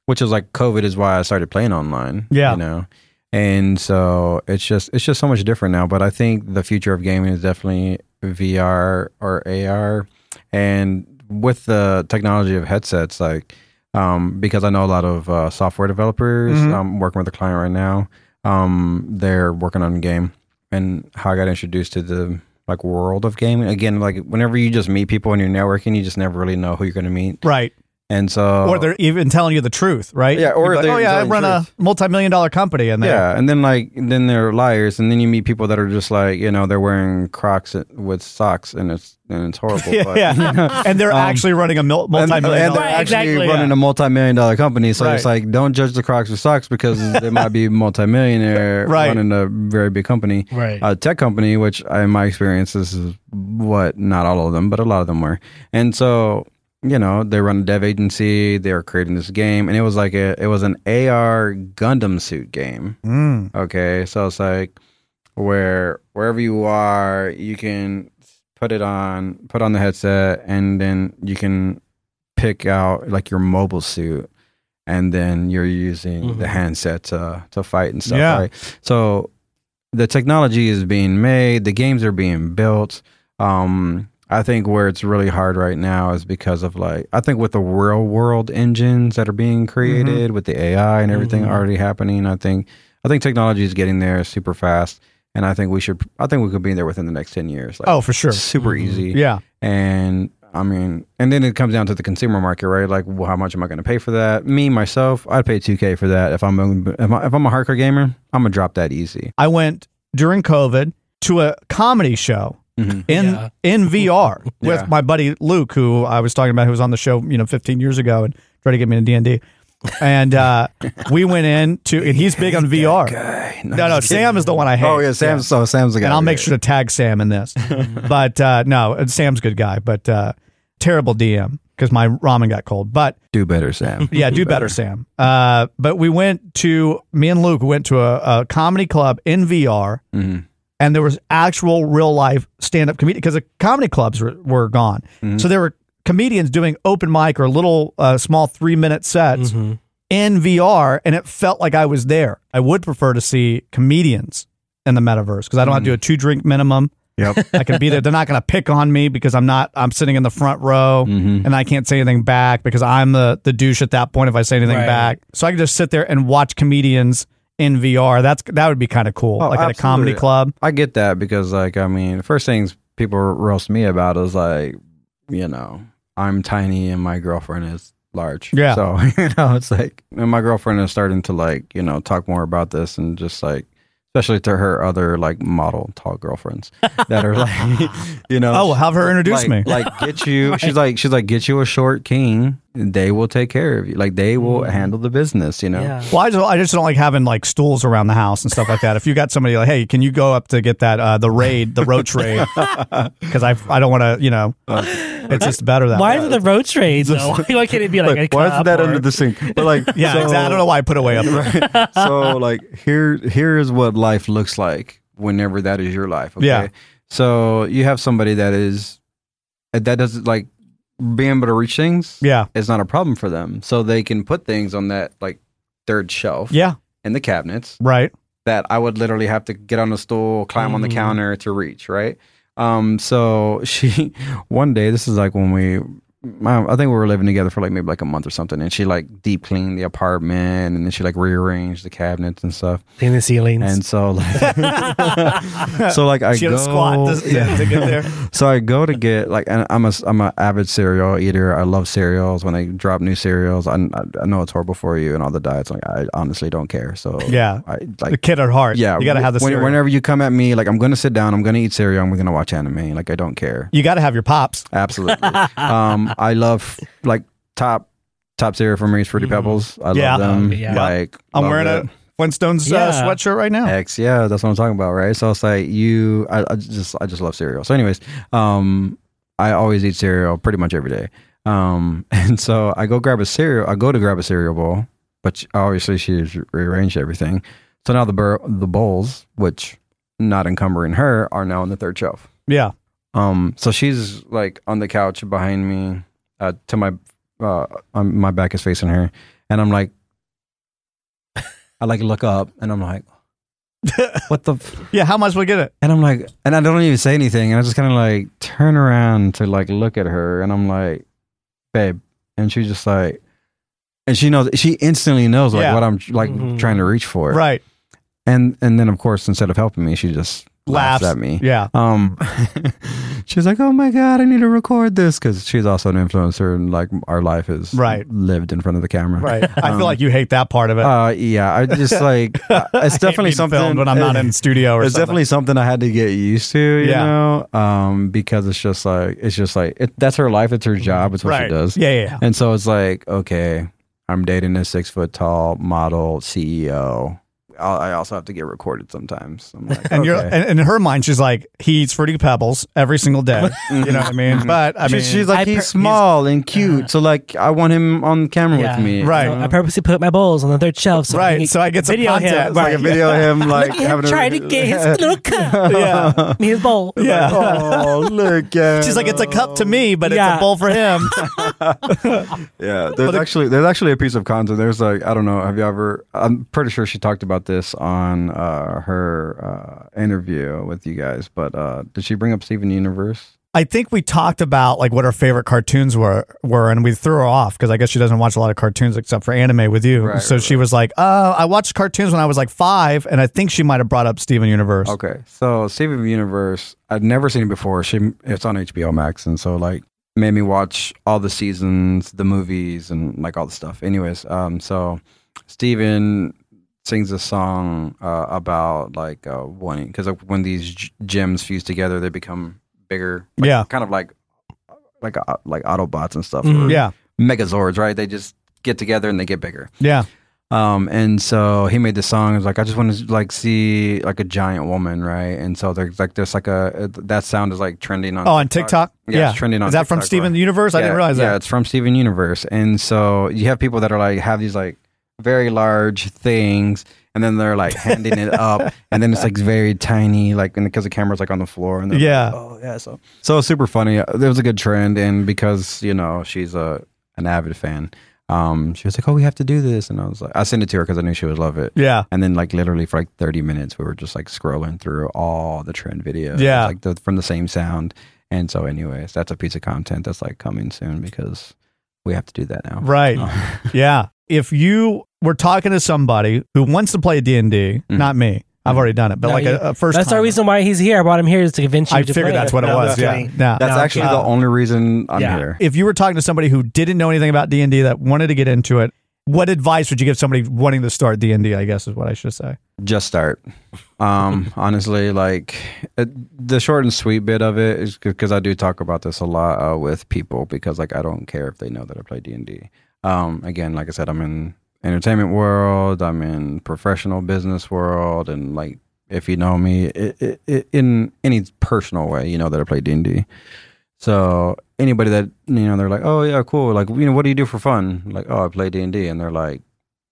[SPEAKER 3] which is like COVID is why I started playing online.
[SPEAKER 1] Yeah.
[SPEAKER 3] you know, And so it's just it's just so much different now. But I think the future of gaming is definitely VR or AR, and with the technology of headsets, like um, because I know a lot of uh, software developers.
[SPEAKER 1] Mhm.
[SPEAKER 3] I'm working with a client right now. Um, they're working on a game, and how I got introduced to the like world of gaming again. Like whenever you just meet people and you're networking, you just never really know who you're going to meet,
[SPEAKER 1] Right.
[SPEAKER 3] and so
[SPEAKER 1] Or they're even telling you the truth, right?
[SPEAKER 3] Oh. Yeah, or
[SPEAKER 1] You're like,
[SPEAKER 3] they're
[SPEAKER 1] oh yeah, I
[SPEAKER 3] telling
[SPEAKER 1] run
[SPEAKER 3] the
[SPEAKER 1] a
[SPEAKER 3] truth.
[SPEAKER 1] multi-million dollar company, and they're-
[SPEAKER 3] Yeah, and then like then they're liars, and then you meet people that are just like you know they're wearing Crocs with socks, and it's and it's horrible.
[SPEAKER 1] yeah,
[SPEAKER 3] but- Um,
[SPEAKER 1] yeah. and they're actually running a mil-
[SPEAKER 3] And, and
[SPEAKER 1] multi-million
[SPEAKER 3] they're
[SPEAKER 1] dollar-
[SPEAKER 2] Right,
[SPEAKER 3] actually
[SPEAKER 2] exactly.
[SPEAKER 3] running a multi-million dollar company, so it's
[SPEAKER 1] Right.
[SPEAKER 3] like don't judge the Crocs with socks because they might be multi-millionaire
[SPEAKER 1] Right.
[SPEAKER 3] running a very big company,
[SPEAKER 2] Right.
[SPEAKER 1] uh,
[SPEAKER 3] a tech company, which in my experience this is what not all of them, but a lot of them were. And so you know they run a dev agency, they were creating this game, and it was like a it was an AR Gundam suit game.
[SPEAKER 1] Mm.
[SPEAKER 3] Okay, so it's like where wherever you are, you can put it on, put on the headset, and then you can pick out like your mobile suit, and then you're using the
[SPEAKER 2] Mhm.
[SPEAKER 3] handset to to fight and stuff.
[SPEAKER 1] Yeah.
[SPEAKER 3] Right. So the technology is being made, the games are being built. Um, I think where it's really hard right now is because of like I think with the real world engines that are being created with the AI and everything
[SPEAKER 2] Mhm.
[SPEAKER 1] Mm-hmm.
[SPEAKER 3] already happening, I think I think technology is getting there super fast, and I think we should I think we could be there within the next ten years. Like,
[SPEAKER 1] Oh, for sure.
[SPEAKER 3] super
[SPEAKER 2] Mhm.
[SPEAKER 3] easy.
[SPEAKER 1] Yeah.
[SPEAKER 3] And I mean, and then it comes down to the consumer market, right? Like, well, how much am I going to pay for that? Me myself, I'd pay two K for that. If I'm a, if I- if I'm a hardcore gamer, I'm gonna drop that easy.
[SPEAKER 1] I went during COVID to a comedy show
[SPEAKER 3] Mhm.
[SPEAKER 1] in
[SPEAKER 2] Yeah.
[SPEAKER 1] in VR
[SPEAKER 3] Yeah.
[SPEAKER 1] with my buddy Luke, who I was talking about, who was on the show, you know, 15 years ago, and tried to get me into D and D. And uh, we went in to, and he's big on VR.
[SPEAKER 3] Okay.
[SPEAKER 1] No, no,
[SPEAKER 3] just kidding.
[SPEAKER 1] Sam is the one I hate.
[SPEAKER 3] Oh yeah, Sam's so Sam's the guy.
[SPEAKER 1] and I'll
[SPEAKER 3] we
[SPEAKER 1] make
[SPEAKER 3] hate.
[SPEAKER 1] sure to tag Sam in this. but uh, no, and Sam's a good guy, but uh, terrible DM because my ramen got cold. But
[SPEAKER 3] do better, Sam.
[SPEAKER 1] yeah, do better, Sam. Uh, but we went to me and Luke went to a, a comedy club in VR,
[SPEAKER 3] Mhm.
[SPEAKER 1] and there was actual real life stand up comedy because the comedy clubs were, were gone, so there were comedians doing open mic or little uh, small three minute sets
[SPEAKER 2] Mhm.
[SPEAKER 1] in VR, and it felt like I was there. I would prefer to see comedians in the metaverse because I don't have to do a two drink minimum.
[SPEAKER 3] Yep.
[SPEAKER 1] I can be there. They're not going to pick on me because I'm not. I'm sitting in the front row,
[SPEAKER 3] Mhm.
[SPEAKER 1] and I can't say anything back because I'm the the douche at that point if I say anything
[SPEAKER 2] Right.
[SPEAKER 1] back. So I can just sit there and watch comedians in VR. That's that would be kind of cool,
[SPEAKER 3] Oh,
[SPEAKER 1] like at a comedy
[SPEAKER 3] absolutely.
[SPEAKER 1] club.
[SPEAKER 3] I get that because, like, I mean, the first things people roast me about is like, you know, I'm tiny and my girlfriend is large.
[SPEAKER 1] Yeah.
[SPEAKER 3] So you know, it's like, and my girlfriend is starting to like, you know, talk more about this and just like, especially to her other like model tall girlfriends that are like, you know,
[SPEAKER 1] Oh, have her introduce
[SPEAKER 3] like,
[SPEAKER 1] me.
[SPEAKER 3] Like, get you. She's like, she's like, get you a short king. They will take care of you. Like, they will
[SPEAKER 1] Mm-hmm.
[SPEAKER 3] handle the business. You know.
[SPEAKER 2] Yeah.
[SPEAKER 1] Well, I just, I just don't like having like stools around the house and stuff like that. If you got somebody like, hey, can you go up to get that uh, the raid, the roach raid? Because I I don't want to, you know, it's just better that.
[SPEAKER 2] Why
[SPEAKER 1] way.
[SPEAKER 2] is it the road trade though? Why can't it be like,
[SPEAKER 3] Like,
[SPEAKER 2] a
[SPEAKER 3] why is
[SPEAKER 2] cup
[SPEAKER 3] that
[SPEAKER 2] or-
[SPEAKER 3] under the sink? But like,
[SPEAKER 1] Yeah,
[SPEAKER 3] so-
[SPEAKER 1] exactly. I don't know why I put it way up. there.
[SPEAKER 3] right? so like here here is what life looks like whenever that is your life okay
[SPEAKER 1] Yeah.
[SPEAKER 3] so you have somebody that is that doesn't like being able to reach things
[SPEAKER 1] Yeah,
[SPEAKER 3] is not a problem for them so they can put things on that like third shelf
[SPEAKER 1] yeah,
[SPEAKER 3] in the cabinets
[SPEAKER 1] right.
[SPEAKER 3] that I would literally have to get on a stool, climb on the
[SPEAKER 1] Mm.
[SPEAKER 2] Mhm.
[SPEAKER 3] counter to reach, right? Um, so she one day, this is like when we I I think we were living together for like maybe like a month or something, and she like deep cleaned the apartment and then she like rearranged the cabinets and stuff.
[SPEAKER 2] in the ceilings?
[SPEAKER 3] And so like so like I
[SPEAKER 1] she had
[SPEAKER 3] go,
[SPEAKER 1] a squat to, yeah, to get there.
[SPEAKER 3] so I go to get like, and I'm a I'm an avid cereal eater. I love cereals. When they drop new cereals, I, I know it's horrible for you and all the diets. Like I honestly don't care. So
[SPEAKER 1] Yeah.
[SPEAKER 3] I
[SPEAKER 1] The
[SPEAKER 3] like
[SPEAKER 1] kid at heart.
[SPEAKER 3] yeah,
[SPEAKER 1] you got to have the
[SPEAKER 3] when-
[SPEAKER 1] cereal.
[SPEAKER 3] Whenever you come at me, like I'm gonna sit down, I'm gonna eat cereal, I'm gonna watch anime. Like I don't care.
[SPEAKER 1] you got to have your pops.
[SPEAKER 3] Absolutely. um, I love like top top cereal from Reese Fruity
[SPEAKER 2] Mhm.
[SPEAKER 3] Pebbles. I
[SPEAKER 1] Mm-hmm. Yeah.
[SPEAKER 3] love them.
[SPEAKER 2] Yeah.
[SPEAKER 3] Like
[SPEAKER 1] I'm
[SPEAKER 3] love
[SPEAKER 1] wearing
[SPEAKER 3] it.
[SPEAKER 1] a Flintstones uh,
[SPEAKER 2] Yeah.
[SPEAKER 1] sweatshirt right now.
[SPEAKER 3] X, yeah, that's what I'm talking about, right? So it's like you, I, I just, I just love cereal. So, anyways, um, I always eat cereal pretty much every day. Um, and so I go grab a cereal. I go to grab a cereal bowl, but she- obviously she's rearranged everything. So now the bur- the bowls, which not encumbering her, are now on the third shelf.
[SPEAKER 1] Yeah.
[SPEAKER 3] Um, so she's like on the couch behind me, uh, to my, uh, um, my back is facing her, and I'm like, I like look up, and I'm like, what the? F-?
[SPEAKER 1] Yeah, how much we get it?
[SPEAKER 3] And I'm like, and I don't even say anything. And I just kind of like turn around to like look at her, and I'm like, babe, and she's just like, and she knows, she instantly knows like
[SPEAKER 1] Yeah. Mm-hmm.
[SPEAKER 3] what I'm like
[SPEAKER 2] Mhm.
[SPEAKER 3] trying to reach for,
[SPEAKER 1] Right.
[SPEAKER 3] And and then of course, instead of helping me, she just laughs,
[SPEAKER 1] Laughs.
[SPEAKER 3] at me.
[SPEAKER 1] Yeah.
[SPEAKER 3] Um, she's like, "Oh my god, I need to record this" because she's also an influencer, and like our life is
[SPEAKER 1] Right.
[SPEAKER 3] lived in front of the camera.
[SPEAKER 1] Right. I
[SPEAKER 3] Um,
[SPEAKER 1] feel like you hate that part of it.
[SPEAKER 3] Uh, yeah, I just like uh, it's
[SPEAKER 1] I hate
[SPEAKER 3] definitely
[SPEAKER 1] being
[SPEAKER 3] something. eh,
[SPEAKER 1] filmed when I'm not in the studio or
[SPEAKER 3] It's
[SPEAKER 1] something.
[SPEAKER 3] definitely something I had to get used to, you
[SPEAKER 1] Yeah.
[SPEAKER 3] know, um, because it's just like it's just like it, that's her life, it's her job, it's what
[SPEAKER 1] right.
[SPEAKER 3] she does,
[SPEAKER 1] Yeah, yeah, yeah.
[SPEAKER 3] and so it's like okay, I'm dating a six foot tall model CEO. I'll, I also have to get recorded sometimes. I'm like,
[SPEAKER 1] And you're
[SPEAKER 3] okay.
[SPEAKER 1] and, and in her mind, she's like, he eats fruity pebbles every single day. you know what I mean? But I
[SPEAKER 3] Mm-hmm. She-
[SPEAKER 1] mean,
[SPEAKER 3] she's like
[SPEAKER 2] I
[SPEAKER 3] he's
[SPEAKER 2] per-
[SPEAKER 3] small and cute, so like I want him on camera
[SPEAKER 2] Yeah.
[SPEAKER 3] with me,
[SPEAKER 1] Right.
[SPEAKER 3] you know?
[SPEAKER 2] I purposely put my bowls on the third shelf. So
[SPEAKER 1] right. So I get some
[SPEAKER 2] Video him.
[SPEAKER 1] content.
[SPEAKER 3] It's like a video of him like
[SPEAKER 2] Look at him
[SPEAKER 3] having
[SPEAKER 2] trying to get his little cup.
[SPEAKER 1] Yeah.
[SPEAKER 2] me his bowl.
[SPEAKER 1] Yeah.
[SPEAKER 3] oh, look at
[SPEAKER 1] She's like, it's a cup to me, but it's
[SPEAKER 2] Yeah.
[SPEAKER 1] a bowl for him.
[SPEAKER 3] Yeah, there's actually there's actually a piece of content. There's like I don't know. Have you ever? I'm pretty sure she talked about this on uh, her uh, interview with you guys. But uh, did she bring up Steven Universe?
[SPEAKER 1] I think we talked about like what our favorite cartoons were, were and we threw her off because I guess she doesn't watch a lot of cartoons except for anime with you.
[SPEAKER 3] Right,
[SPEAKER 1] so
[SPEAKER 3] right,
[SPEAKER 1] she was like, "Oh, I watched cartoons when I was like five, and I think she might have brought up Steven Universe."
[SPEAKER 3] Okay, so Steven Universe, I'd never seen it before. She it's on HBO Max, and so like made me watch all the seasons, the movies, and like all the stuff. Anyways, um, so Steven sings a song uh, about like uh, wanting because like, when these g- gems fuse together, they become bigger. Like,
[SPEAKER 1] Yeah.
[SPEAKER 3] kind of like like uh, like Autobots and stuff.
[SPEAKER 2] Mhm.
[SPEAKER 3] or
[SPEAKER 1] Mm-hmm. Yeah,
[SPEAKER 3] Megazords, right? They just get together and they get bigger.
[SPEAKER 1] yeah,
[SPEAKER 3] Um, and so he made the song. It was like, I just want to like see like a giant woman, right? And so there's like there's like a uh, that sound is like trending on.
[SPEAKER 1] Oh, on TikTok?
[SPEAKER 3] Yeah,
[SPEAKER 1] Yeah.
[SPEAKER 3] it's trending on.
[SPEAKER 1] Is that from
[SPEAKER 3] TikTok,
[SPEAKER 1] Steven
[SPEAKER 3] right?
[SPEAKER 1] Universe? I
[SPEAKER 3] Yeah,
[SPEAKER 1] didn't realize
[SPEAKER 3] Yeah,
[SPEAKER 1] that.
[SPEAKER 3] it's from Steven Universe. And so you have people that are like have these like very large things, and then they're like handing it up, and then it's like very tiny, like because the camera's like on the floor, and they're
[SPEAKER 1] Yeah.
[SPEAKER 3] like, oh yeah, so so it's super funny. Uh, There was a good trend, and because you know she's a an avid fan. Um, she was like, "Oh, we have to do this," and I was like, "I sent it to her because I knew she would love it."
[SPEAKER 1] Yeah,
[SPEAKER 3] And then, like literally for like thirty minutes, we were just like scrolling through all the trend videos,
[SPEAKER 1] Yeah.
[SPEAKER 3] like the, from the same sound. And so, anyways, that's a piece of content that's like coming soon because we have to do that now. Oh.
[SPEAKER 1] right. yeah. If you were talking to somebody who wants to play D and D,
[SPEAKER 3] Mhm.
[SPEAKER 1] not me. I've
[SPEAKER 3] Mhm.
[SPEAKER 1] already done it, but
[SPEAKER 2] No,
[SPEAKER 1] like
[SPEAKER 2] you-
[SPEAKER 1] a, a first.
[SPEAKER 2] That's
[SPEAKER 1] timer.
[SPEAKER 2] our reason why he's here. I brought him here is to convince you.
[SPEAKER 1] I
[SPEAKER 2] to
[SPEAKER 1] figured
[SPEAKER 2] play
[SPEAKER 1] that's
[SPEAKER 2] it.
[SPEAKER 1] what it
[SPEAKER 2] No,
[SPEAKER 1] was.
[SPEAKER 2] just
[SPEAKER 1] Yeah,
[SPEAKER 2] kidding.
[SPEAKER 1] yeah.
[SPEAKER 3] That's
[SPEAKER 2] No, I'm
[SPEAKER 3] actually
[SPEAKER 2] kidding.
[SPEAKER 3] the only reason I'm
[SPEAKER 2] Yeah.
[SPEAKER 3] here.
[SPEAKER 1] if you were talking to somebody who didn't know anything about D&D that wanted to get into it, what advice would you give somebody wanting to start D&D, I guess is what I should say.
[SPEAKER 3] Just start. Um, honestly, like it, the short and sweet bit of it is because I do talk about this a lot uh, with people because like I don't care if they know that I play D and D. Um, again, like I said, I'm in entertainment world, I'm in professional business world, and like if you know me it, it, it, in any personal way, you know that I play D and D. So anybody that you know, they're like, oh yeah, cool. Like you know, what do you do for fun? Like oh, I play D and D, and they're like,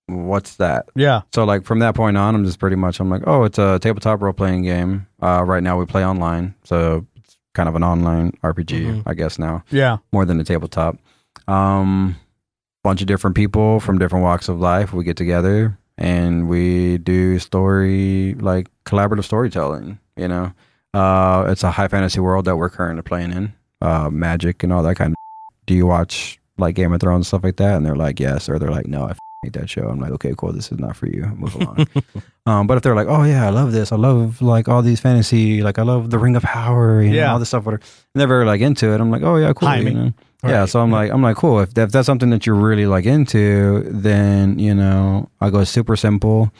[SPEAKER 3] what's that?
[SPEAKER 1] Yeah.
[SPEAKER 3] So like from that point on, I'm just pretty much I'm like, oh, it's a tabletop role playing game. Uh, right now we play online, so it's kind of an online RPG,
[SPEAKER 2] Mhm.
[SPEAKER 3] I guess now
[SPEAKER 1] Yeah.
[SPEAKER 3] more than a tabletop. Um, bunch of different people from different walks of life. We get together and we do story like collaborative storytelling. You know, uh, it's a high fantasy world that we're currently playing in, uh, magic and all that kind of. Do you watch like Game of Thrones and stuff like that? And they're like, yes, or they're like, no, I f- hate that show. I'm like, okay, cool, this is not for you. Move along. um, but if they're like, oh yeah, I love this. I love like all these fantasy. Like I love the Ring of Power. You know,
[SPEAKER 1] Yeah.
[SPEAKER 3] all this stuff. Whatever. And they're very like into it. I'm like, oh yeah, cool.
[SPEAKER 1] Jaime.
[SPEAKER 3] You know?
[SPEAKER 2] Right.
[SPEAKER 3] Yeah, so I'm like, I'm like, cool. If, that, if that's something that you're really like into, then you know, I go super simple.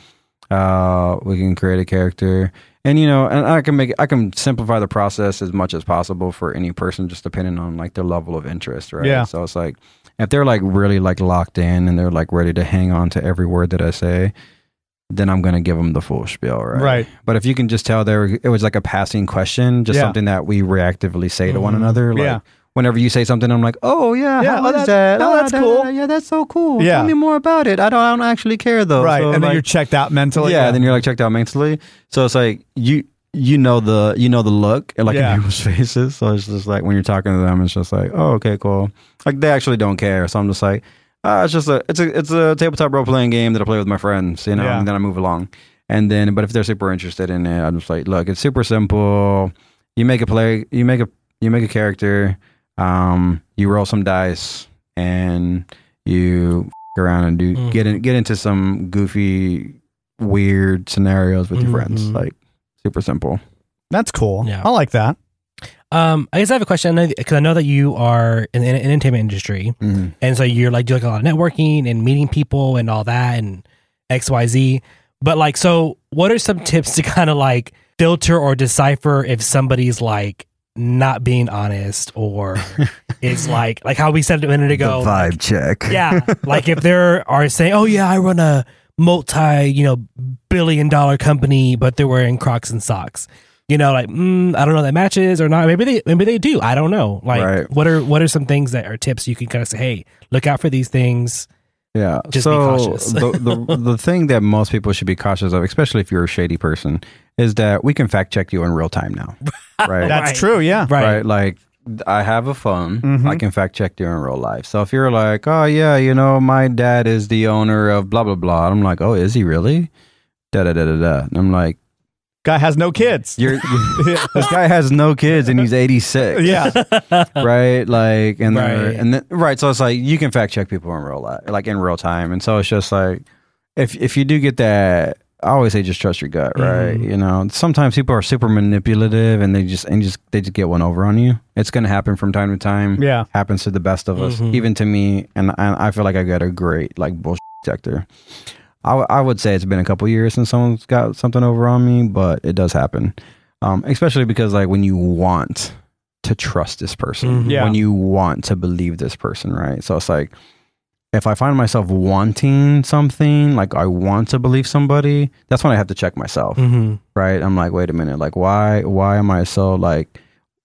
[SPEAKER 3] Uh, we can create a character, and you know, and I can make, I can simplify the process as much as possible for any person, just depending on like their level of interest, right?
[SPEAKER 1] Yeah.
[SPEAKER 3] So it's like, if they're like really like locked in and they're like ready to hang on to every word that I say, then I'm gonna give them the full spiel, right?
[SPEAKER 1] Right.
[SPEAKER 3] But if you can just tell there, it was like a passing question, just
[SPEAKER 1] Yeah.
[SPEAKER 3] something that we reactively say to one
[SPEAKER 2] Mhm.
[SPEAKER 3] another, like
[SPEAKER 1] Yeah.
[SPEAKER 3] whenever you say something, I'm like, oh yeah,
[SPEAKER 1] Yeah,
[SPEAKER 3] how
[SPEAKER 1] oh,
[SPEAKER 3] was
[SPEAKER 1] that's-
[SPEAKER 3] that?
[SPEAKER 1] oh,
[SPEAKER 3] Ah,
[SPEAKER 1] that's
[SPEAKER 3] da, da,
[SPEAKER 1] cool.
[SPEAKER 3] da, yeah, that's so cool.
[SPEAKER 1] Yeah.
[SPEAKER 3] Tell me more about it. I don't, I don't actually care though.
[SPEAKER 1] right.
[SPEAKER 3] So,
[SPEAKER 1] and then
[SPEAKER 3] like,
[SPEAKER 1] you're checked out mentally.
[SPEAKER 3] yeah, then you're like checked out mentally. So it's like you you know the you know the look and like
[SPEAKER 1] Yeah.
[SPEAKER 3] in people's faces. So it's just like when you're talking to them, it's just like, oh okay, cool. Like they actually don't care. So I'm just like, ah, it's just a it's a it's a tabletop role playing game that I play with my friends, you know,
[SPEAKER 1] Yeah.
[SPEAKER 3] and then I move along. And then, but if they're super interested in it, I'm just like, look, it's super simple. You make a play, you make a you make a character, um, you roll some dice, and you f- around and do
[SPEAKER 2] Mhm.
[SPEAKER 3] get in, get into some goofy, weird scenarios with your friends.
[SPEAKER 2] Mhm.
[SPEAKER 3] Like super simple.
[SPEAKER 1] That's cool.
[SPEAKER 2] Yeah.
[SPEAKER 1] I like that.
[SPEAKER 2] Um, I guess I have a question. I know because I know that you are in the en- entertainment industry, and so you're like doing a lot of networking and meeting people and all that and X Y Z. But like, so what are some tips to kind of like filter or decipher if somebody's like not being honest or is like like how we said a minute ago like,
[SPEAKER 3] check.
[SPEAKER 2] yeah like if there are saying oh yeah i run a multi you know billion dollar company but they're wearing crocs and socks you know like mm, i don't know if that matches or not maybe they maybe they do i don't know like
[SPEAKER 3] Right.
[SPEAKER 2] what are what are some things that are tips you can kind of say hey look out for these things
[SPEAKER 3] Yeah.
[SPEAKER 2] Just be
[SPEAKER 3] so
[SPEAKER 2] cautious.
[SPEAKER 3] the, the the thing that most people should be cautious of, especially if you're a shady person, is that we can fact check you in real time now. Right.
[SPEAKER 1] That's
[SPEAKER 2] Right.
[SPEAKER 1] true. Yeah.
[SPEAKER 2] right,
[SPEAKER 3] right? Like I have a phone.
[SPEAKER 1] Mhm.
[SPEAKER 3] I can fact check you in real life. So if you're like, oh yeah, you know, my dad is the owner of blah blah blah, I'm like, oh, is he really? Da da da da da. And I'm like,
[SPEAKER 1] Guy has no kids.
[SPEAKER 3] you're, you this guy has no kids and he's 86,
[SPEAKER 1] Yeah.
[SPEAKER 3] right? Like, and they're-
[SPEAKER 2] Right.
[SPEAKER 3] and then right. So it's like you can fact check people in real life, like in real time. And so it's just like if if you do get that. I always say just trust your gut, right?
[SPEAKER 2] Mhm.
[SPEAKER 3] You know, sometimes people are super manipulative and they just and just they just get one over on you. It's going to happen from time to time
[SPEAKER 1] yeah. Mm-hmm.
[SPEAKER 3] happens to the best of us,
[SPEAKER 2] Mhm.
[SPEAKER 3] even to me. And, and I feel like I got a great like bullshit detector. I, w- I would say it's been a couple years since someone's got something over on me, but it does happen. Um, especially because like when you want to trust this person,
[SPEAKER 2] Mhm.
[SPEAKER 1] Mm-hmm. Yeah.
[SPEAKER 3] when you want to believe this person, right? So it's like if I find myself wanting something, like I want to believe somebody, that's when I have to check myself
[SPEAKER 2] hmm
[SPEAKER 3] right i'm like wait a minute like why why am i so like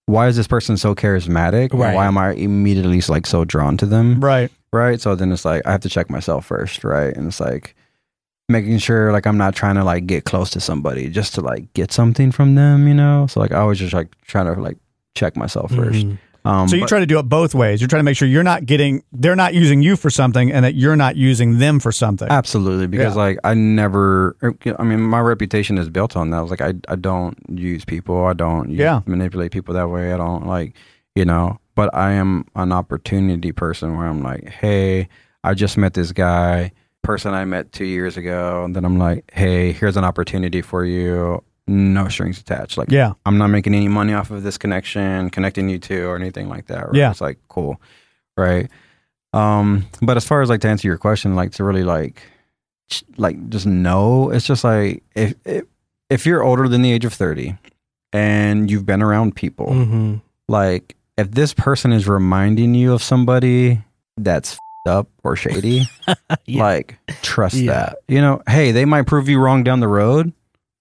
[SPEAKER 3] why is this person so charismatic And
[SPEAKER 2] Right.
[SPEAKER 3] why am i immediately like so drawn to them
[SPEAKER 1] Right.
[SPEAKER 3] right so then it's like i have to check myself first right and it's like making sure like i'm not trying to like get close to somebody just to like get something from them you know so like i was just like trying to like check myself 1st um
[SPEAKER 1] Mm-hmm. So you
[SPEAKER 3] but-
[SPEAKER 1] try to do it both ways. You're trying to make sure you're not getting, they're not using you for something and that you're not using them for something.
[SPEAKER 3] Absolutely, because like I never, er, I mean, my reputation is built on that. I was like, I, I don't use people, I don't use,
[SPEAKER 1] Yeah.
[SPEAKER 3] manipulate people that way. I don't like, you know, but I am an opportunity person where I'm like, hey, I just met this guy, person I met two years ago, and then I'm like, hey, here's an opportunity for you, no strings attached. Like,
[SPEAKER 1] yeah.
[SPEAKER 3] I'm not making any money off of this connection, connecting you to or anything like that. Right?
[SPEAKER 1] Yeah.
[SPEAKER 3] It's like cool. Right. Um, but as far as like to answer your question, like to really like ch- like just know, it's just like if if, if you're older than the age of 30 and you've been around people,
[SPEAKER 2] hmm
[SPEAKER 3] like if this person is reminding you of somebody that's f up or shady,
[SPEAKER 2] Yeah.
[SPEAKER 3] like trust
[SPEAKER 2] Yeah.
[SPEAKER 3] that. You know, hey, they might prove you wrong down the road,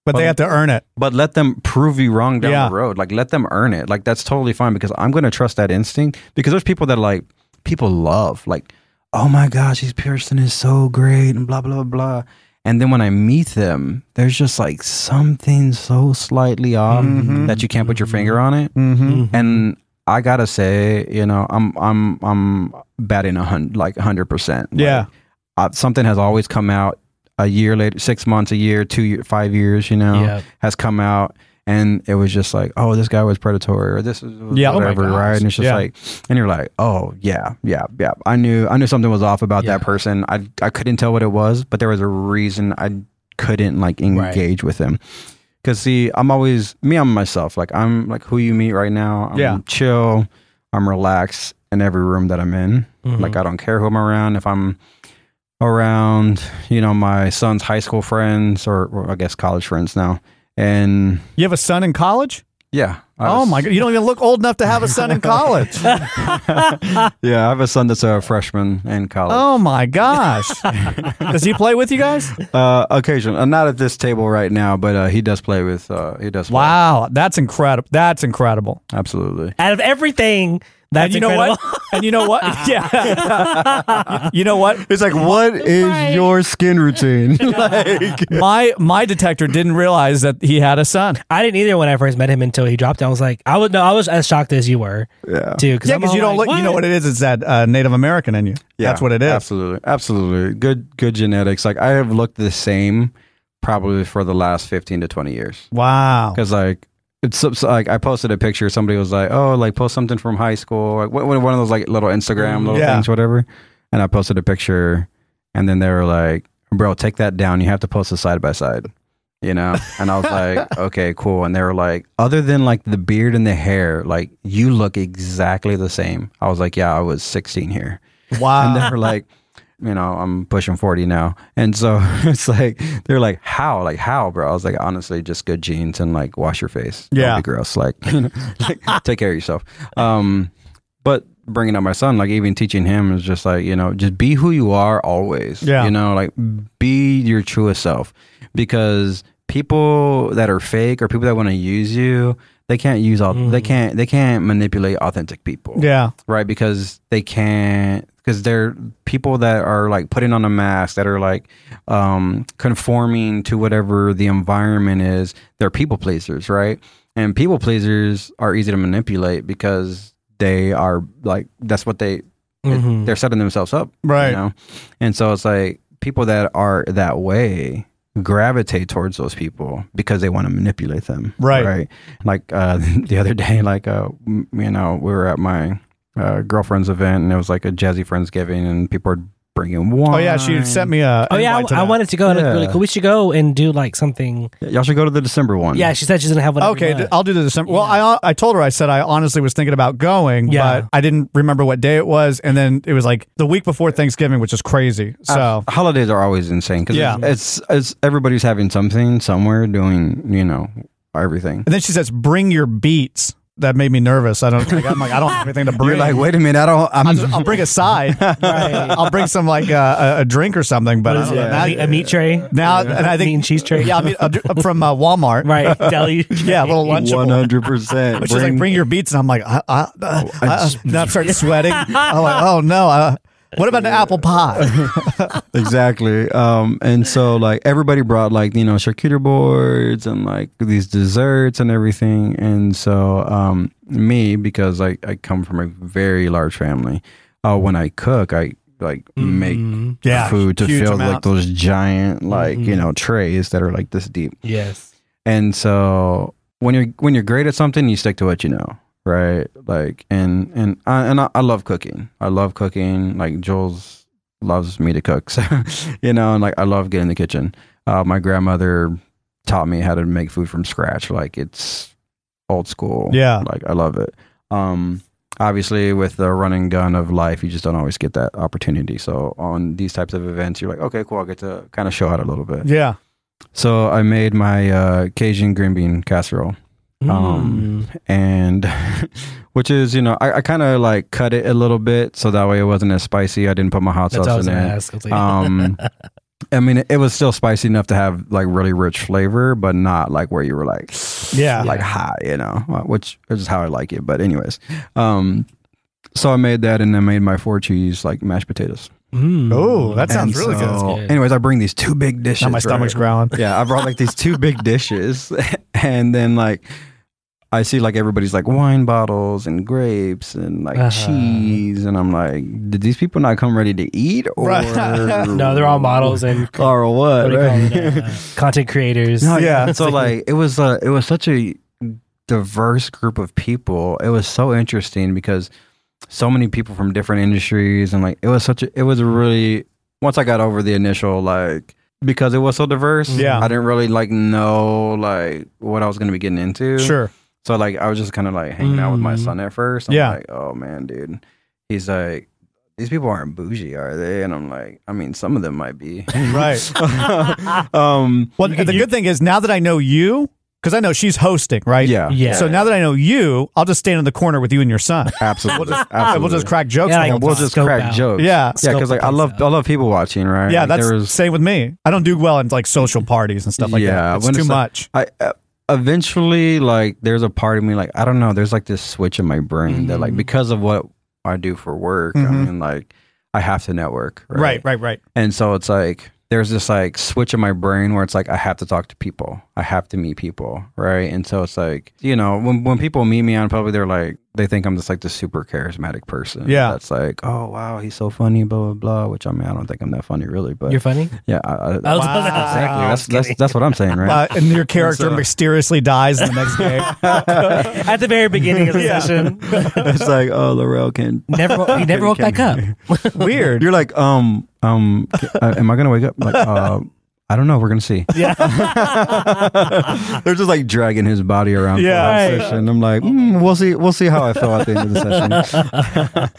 [SPEAKER 1] But they
[SPEAKER 3] Well-
[SPEAKER 1] have to earn it.
[SPEAKER 3] but let them prove you wrong down
[SPEAKER 1] Yeah.
[SPEAKER 3] the road. Like let them earn it. Like that's totally fine because I'm gonna trust that instinct because there's people that like people love like, oh my gosh, this person is so great and blah blah blah blah. And then when I meet them, there's just like something so slightly off
[SPEAKER 1] Mhm.
[SPEAKER 3] that you can't put your finger on it.
[SPEAKER 1] Mm-hmm.
[SPEAKER 3] And I gotta say, you know, I'm I'm I'm batting a hundred like hundred percent.
[SPEAKER 1] Yeah.
[SPEAKER 3] uh, something has always come out a year later, six months, a year, two, year, five years, you know,
[SPEAKER 2] Yep.
[SPEAKER 3] has come out, and it was just like, oh, this guy was predatory, or this is
[SPEAKER 1] Yeah. Oh my
[SPEAKER 3] whatever,
[SPEAKER 2] gosh.
[SPEAKER 3] right? And it's just
[SPEAKER 1] Yeah.
[SPEAKER 3] like, and you're like, oh yeah, yeah, yeah. I knew, I knew something was off about
[SPEAKER 2] Yeah.
[SPEAKER 3] that person. I, I couldn't tell what it was, but there was a reason I couldn't like engage with him. Cause see, I'm always me. I'm myself. Like I'm like who you meet right now. I'm
[SPEAKER 1] Yeah.
[SPEAKER 3] chill. I'm relaxed in every room that I'm in.
[SPEAKER 1] Mm-hmm.
[SPEAKER 3] Like I don't care who I'm around. If I'm around, you know, my son's high school friends or, or I guess college friends now. And
[SPEAKER 1] You have a son in college?
[SPEAKER 3] yeah. I
[SPEAKER 1] oh
[SPEAKER 3] was-
[SPEAKER 1] my God. You don't even look old enough to have a son in college.
[SPEAKER 3] Yeah, I have a son that's a freshman in college.
[SPEAKER 1] oh my gosh. Does he play with you guys?
[SPEAKER 3] Uh occasionally. Uh, not at this table right now, but uh, he does play with uh he does play.
[SPEAKER 1] Wow. That's incredible. That's incredible.
[SPEAKER 3] Absolutely.
[SPEAKER 2] out of everything
[SPEAKER 1] and
[SPEAKER 2] that's
[SPEAKER 1] you know
[SPEAKER 2] incredible.
[SPEAKER 1] what? And you know what? Yeah. you know what?
[SPEAKER 3] It's like what is your skin routine? like
[SPEAKER 1] My my detector didn't realize that he had a son.
[SPEAKER 2] I didn't either when I first met him until he dropped. it. I was like, I would no, I was as shocked as you were
[SPEAKER 3] Yeah.
[SPEAKER 2] too. Cause
[SPEAKER 1] Yeah,
[SPEAKER 2] I'm
[SPEAKER 1] because
[SPEAKER 2] all
[SPEAKER 1] you don't
[SPEAKER 2] like,
[SPEAKER 1] look. You know what it is? It's that uh, Native American in you. That's what it is.
[SPEAKER 3] Absolutely, absolutely. Good, good genetics. Like I have looked the same probably for the last 15 to 20 years.
[SPEAKER 1] Wow.
[SPEAKER 3] Because like it's so- so, like I posted a picture. Somebody was like, "Oh, like post something from high school," like one one of those like little Instagram little
[SPEAKER 1] Yeah.
[SPEAKER 3] things, whatever. And I posted a picture, and then they were like, "Bro, take that down. You have to post a side by side." You know, and I was like, okay, cool. And they were like, other than like the beard and the hair, like you look exactly the same. I was like, yeah, I was 16 here and
[SPEAKER 1] Wow.
[SPEAKER 3] they were like you know i'm pushing 40 now and so it's like they're like how like how bro i was like honestly just good jeans and like wash your face Don't
[SPEAKER 1] Yeah.
[SPEAKER 3] be gross like, like, take care of yourself um but bringing up my son like even teaching him is just like you know just be who you are always
[SPEAKER 1] Yeah.
[SPEAKER 3] you know like be your truest self because people that are fake or people that want to use you they can't use all they
[SPEAKER 1] Mm.
[SPEAKER 3] can't they can't manipulate authentic people
[SPEAKER 1] yeah.
[SPEAKER 3] right? Because they can't because they're people that are like putting on a mask that are like um, conforming to whatever the environment is. They're people pleasers, right? And people pleasers are easy to manipulate because they are like that's what they
[SPEAKER 2] Mhm.
[SPEAKER 3] they're setting themselves up,
[SPEAKER 1] Right.
[SPEAKER 3] You know? And so it's like people that are that way gravitate towards those people because they want to manipulate them,
[SPEAKER 1] Right.
[SPEAKER 3] Right. Like uh, the other day, like uh, m- you know, we were at my uh, girlfriend's event, and it was like a jazzy friendsgiving, and people are bringing wine.
[SPEAKER 1] Oh yeah, she sent me a.
[SPEAKER 2] Oh yeah,
[SPEAKER 1] invite to
[SPEAKER 2] I, I
[SPEAKER 1] that.
[SPEAKER 2] wanted to go. It looked
[SPEAKER 3] Yeah.
[SPEAKER 2] really cool. We should go and do like something.
[SPEAKER 3] Y'all should go to the December one.
[SPEAKER 2] Yeah, she said she's gonna have one. every
[SPEAKER 1] Okay, oh,
[SPEAKER 2] month.
[SPEAKER 1] d- I'll do the December. Well, I I told her I said I honestly was thinking about going,
[SPEAKER 2] Yeah.
[SPEAKER 1] but I didn't remember what day it was, and then it was like the week before Thanksgiving, which is crazy. So
[SPEAKER 3] Uh, holidays are always insane because
[SPEAKER 1] Yeah.
[SPEAKER 3] it's, it's it's everybody's having something somewhere doing you know everything.
[SPEAKER 1] And then she says, "Bring your beats." That made me nervous. I don't. Like, I'm like, I don't have anything to bring.
[SPEAKER 3] You're like, wait a minute, I don't. I'm,
[SPEAKER 1] I'll, just- I'll bring a side. I'll bring some like uh, a, a drink or something. But I
[SPEAKER 2] What is
[SPEAKER 1] don't
[SPEAKER 2] it?
[SPEAKER 1] know.
[SPEAKER 2] A Uh, meat- a meat tray.
[SPEAKER 1] now, now and I think
[SPEAKER 2] meat and cheese tray.
[SPEAKER 1] Yeah, I mean, a dr- from uh, Walmart.
[SPEAKER 2] right. Deli.
[SPEAKER 1] Yeah, a little lunchable.
[SPEAKER 3] One hundred percent.
[SPEAKER 1] But she's like, bring your beats, and I'm like, I, I, uh,
[SPEAKER 3] I
[SPEAKER 1] I-
[SPEAKER 3] just-
[SPEAKER 1] and I start sweating. I'm like, oh no. Uh, what about an apple pie?
[SPEAKER 3] exactly. Um, and so like everybody brought like you know charcuterie boards and like these desserts and everything. And so um, me because I I come from a very large family. Uh, when I cook, I like
[SPEAKER 2] Mm.
[SPEAKER 3] make
[SPEAKER 1] Mm-hmm. Yeah,
[SPEAKER 3] food to
[SPEAKER 1] huge Mm-hmm.
[SPEAKER 3] fill like
[SPEAKER 1] amount.
[SPEAKER 3] those giant like you know trays that are like this deep.
[SPEAKER 2] Yes.
[SPEAKER 3] And so when you're when you're great at something, you stick to what you know, right? Like and and I, and I, I love cooking. I love cooking. Like Jules loves me to cook, so you know, and like I love getting in the kitchen. Uh, my grandmother taught me how to make food from scratch. Like it's old school.
[SPEAKER 1] Yeah.
[SPEAKER 3] like I love it. Um, obviously, with the run and gun of life, you just don't always get that opportunity. So on these types of events, you're like, okay, cool. I get to kind of show out a little bit.
[SPEAKER 1] Yeah,
[SPEAKER 3] So I made my uh, Cajun green bean casserole,
[SPEAKER 2] Mm.
[SPEAKER 3] Um, and which is you know I, I kind of like cut it a little bit so that way it wasn't as spicy. I didn't put my hot
[SPEAKER 2] that's what I
[SPEAKER 3] sauce
[SPEAKER 2] was
[SPEAKER 3] in
[SPEAKER 2] gonna
[SPEAKER 3] it.
[SPEAKER 2] ask. I was like,
[SPEAKER 3] Um, I mean, it was still spicy enough to have like really rich flavor, but not like where you were like
[SPEAKER 1] yeah,
[SPEAKER 3] like hot, you know, uh, which is how I like it. But anyways, um, so I made that and I made my four cheese like mashed potatoes.
[SPEAKER 2] mm.
[SPEAKER 1] Ooh, that sounds
[SPEAKER 3] And
[SPEAKER 1] really good.
[SPEAKER 3] so-
[SPEAKER 2] good.
[SPEAKER 3] Anyways, I bring these two big dishes.
[SPEAKER 1] Now my
[SPEAKER 3] right?
[SPEAKER 1] stomach's growling.
[SPEAKER 3] yeah, I brought like these two big dishes, and then like I see like everybody's like wine bottles and grapes and like
[SPEAKER 2] Uh-huh.
[SPEAKER 3] cheese, and I'm like, did these people not come ready to eat or
[SPEAKER 1] Right.
[SPEAKER 2] No, they're all models and
[SPEAKER 3] or
[SPEAKER 2] what
[SPEAKER 3] what?
[SPEAKER 2] do you call it,
[SPEAKER 3] right?
[SPEAKER 2] uh, content creators.
[SPEAKER 3] No,
[SPEAKER 1] Yeah.
[SPEAKER 3] Oh, yeah. So like it was a it was such a diverse group of people. It was so interesting because so many people from different industries and like it was such a it was a really once I got over the initial like because it was so diverse,
[SPEAKER 1] Yeah.
[SPEAKER 3] I didn't really like know like what I was gonna be getting into.
[SPEAKER 1] Sure.
[SPEAKER 3] So like I was just kind of like hanging out with my
[SPEAKER 2] Mm.
[SPEAKER 3] son at first. I'm
[SPEAKER 1] Yeah.
[SPEAKER 3] like, oh man, dude. He's like, these people aren't bougie, are they? And I'm like, I mean, some of them might be.
[SPEAKER 1] Right.
[SPEAKER 3] um,
[SPEAKER 1] Well, the good thing is now that I know you, because I know she's hosting, right?
[SPEAKER 3] yeah.
[SPEAKER 2] Yeah.
[SPEAKER 1] So now that I know you, I'll just stand in the corner with you and your son.
[SPEAKER 3] Absolutely.
[SPEAKER 1] We'll just,
[SPEAKER 3] Absolutely.
[SPEAKER 1] we'll just crack jokes.
[SPEAKER 2] Yeah,
[SPEAKER 1] the
[SPEAKER 2] like-
[SPEAKER 1] whole
[SPEAKER 3] And we'll
[SPEAKER 1] time.
[SPEAKER 3] just
[SPEAKER 2] Scope
[SPEAKER 3] crack
[SPEAKER 2] out.
[SPEAKER 3] jokes.
[SPEAKER 1] Yeah.
[SPEAKER 3] Yeah,
[SPEAKER 2] Scope
[SPEAKER 3] because like
[SPEAKER 2] the
[SPEAKER 3] I
[SPEAKER 2] things
[SPEAKER 3] love
[SPEAKER 2] out.
[SPEAKER 3] I love people watching, right?
[SPEAKER 1] yeah,
[SPEAKER 3] Like,
[SPEAKER 1] that's
[SPEAKER 3] there was-
[SPEAKER 1] same with me. I don't do well in like social parties and stuff like
[SPEAKER 3] Yeah,
[SPEAKER 1] that. It's
[SPEAKER 3] when
[SPEAKER 1] too
[SPEAKER 3] it's like-
[SPEAKER 1] much.
[SPEAKER 3] I uh, eventually like there's a part of me like I don't know, there's like this switch in my brain that
[SPEAKER 1] Mm-hmm.
[SPEAKER 3] like because of what I do for work, I
[SPEAKER 1] Mhm.
[SPEAKER 3] mean like I have to network. Right?
[SPEAKER 1] Right, right, right.
[SPEAKER 3] And so it's like there's this like switch in my brain where it's like I have to talk to people. I have to meet people, right? And so it's like, you know, when when people meet me on public, they're like they think I'm just like the super charismatic person.
[SPEAKER 1] Yeah.
[SPEAKER 3] That's like, oh wow, he's so funny, blah blah blah. Which I mean, I don't think I'm that funny really, but
[SPEAKER 2] You're funny.
[SPEAKER 3] yeah, I, I,
[SPEAKER 2] I was-
[SPEAKER 1] Wow.
[SPEAKER 2] I was
[SPEAKER 3] exactly. That's that's
[SPEAKER 2] kidding.
[SPEAKER 3] that's what I'm saying, right?
[SPEAKER 1] Uh, and your character
[SPEAKER 3] So-
[SPEAKER 1] mysteriously dies in the next game.
[SPEAKER 2] at the very beginning of the
[SPEAKER 1] Yeah.
[SPEAKER 2] session.
[SPEAKER 3] it's like, oh, Laurel can.
[SPEAKER 2] Never, he never woke back up.
[SPEAKER 1] Weird.
[SPEAKER 3] You're like, um, um, ca- uh, am I gonna wake up? Like, uh, I don't know. We're gonna see. Yeah. They're just like dragging his body around
[SPEAKER 1] Yeah.
[SPEAKER 3] for the
[SPEAKER 2] Right.
[SPEAKER 3] session. I'm like, mm, we'll see. We'll see how I feel at the end of the session.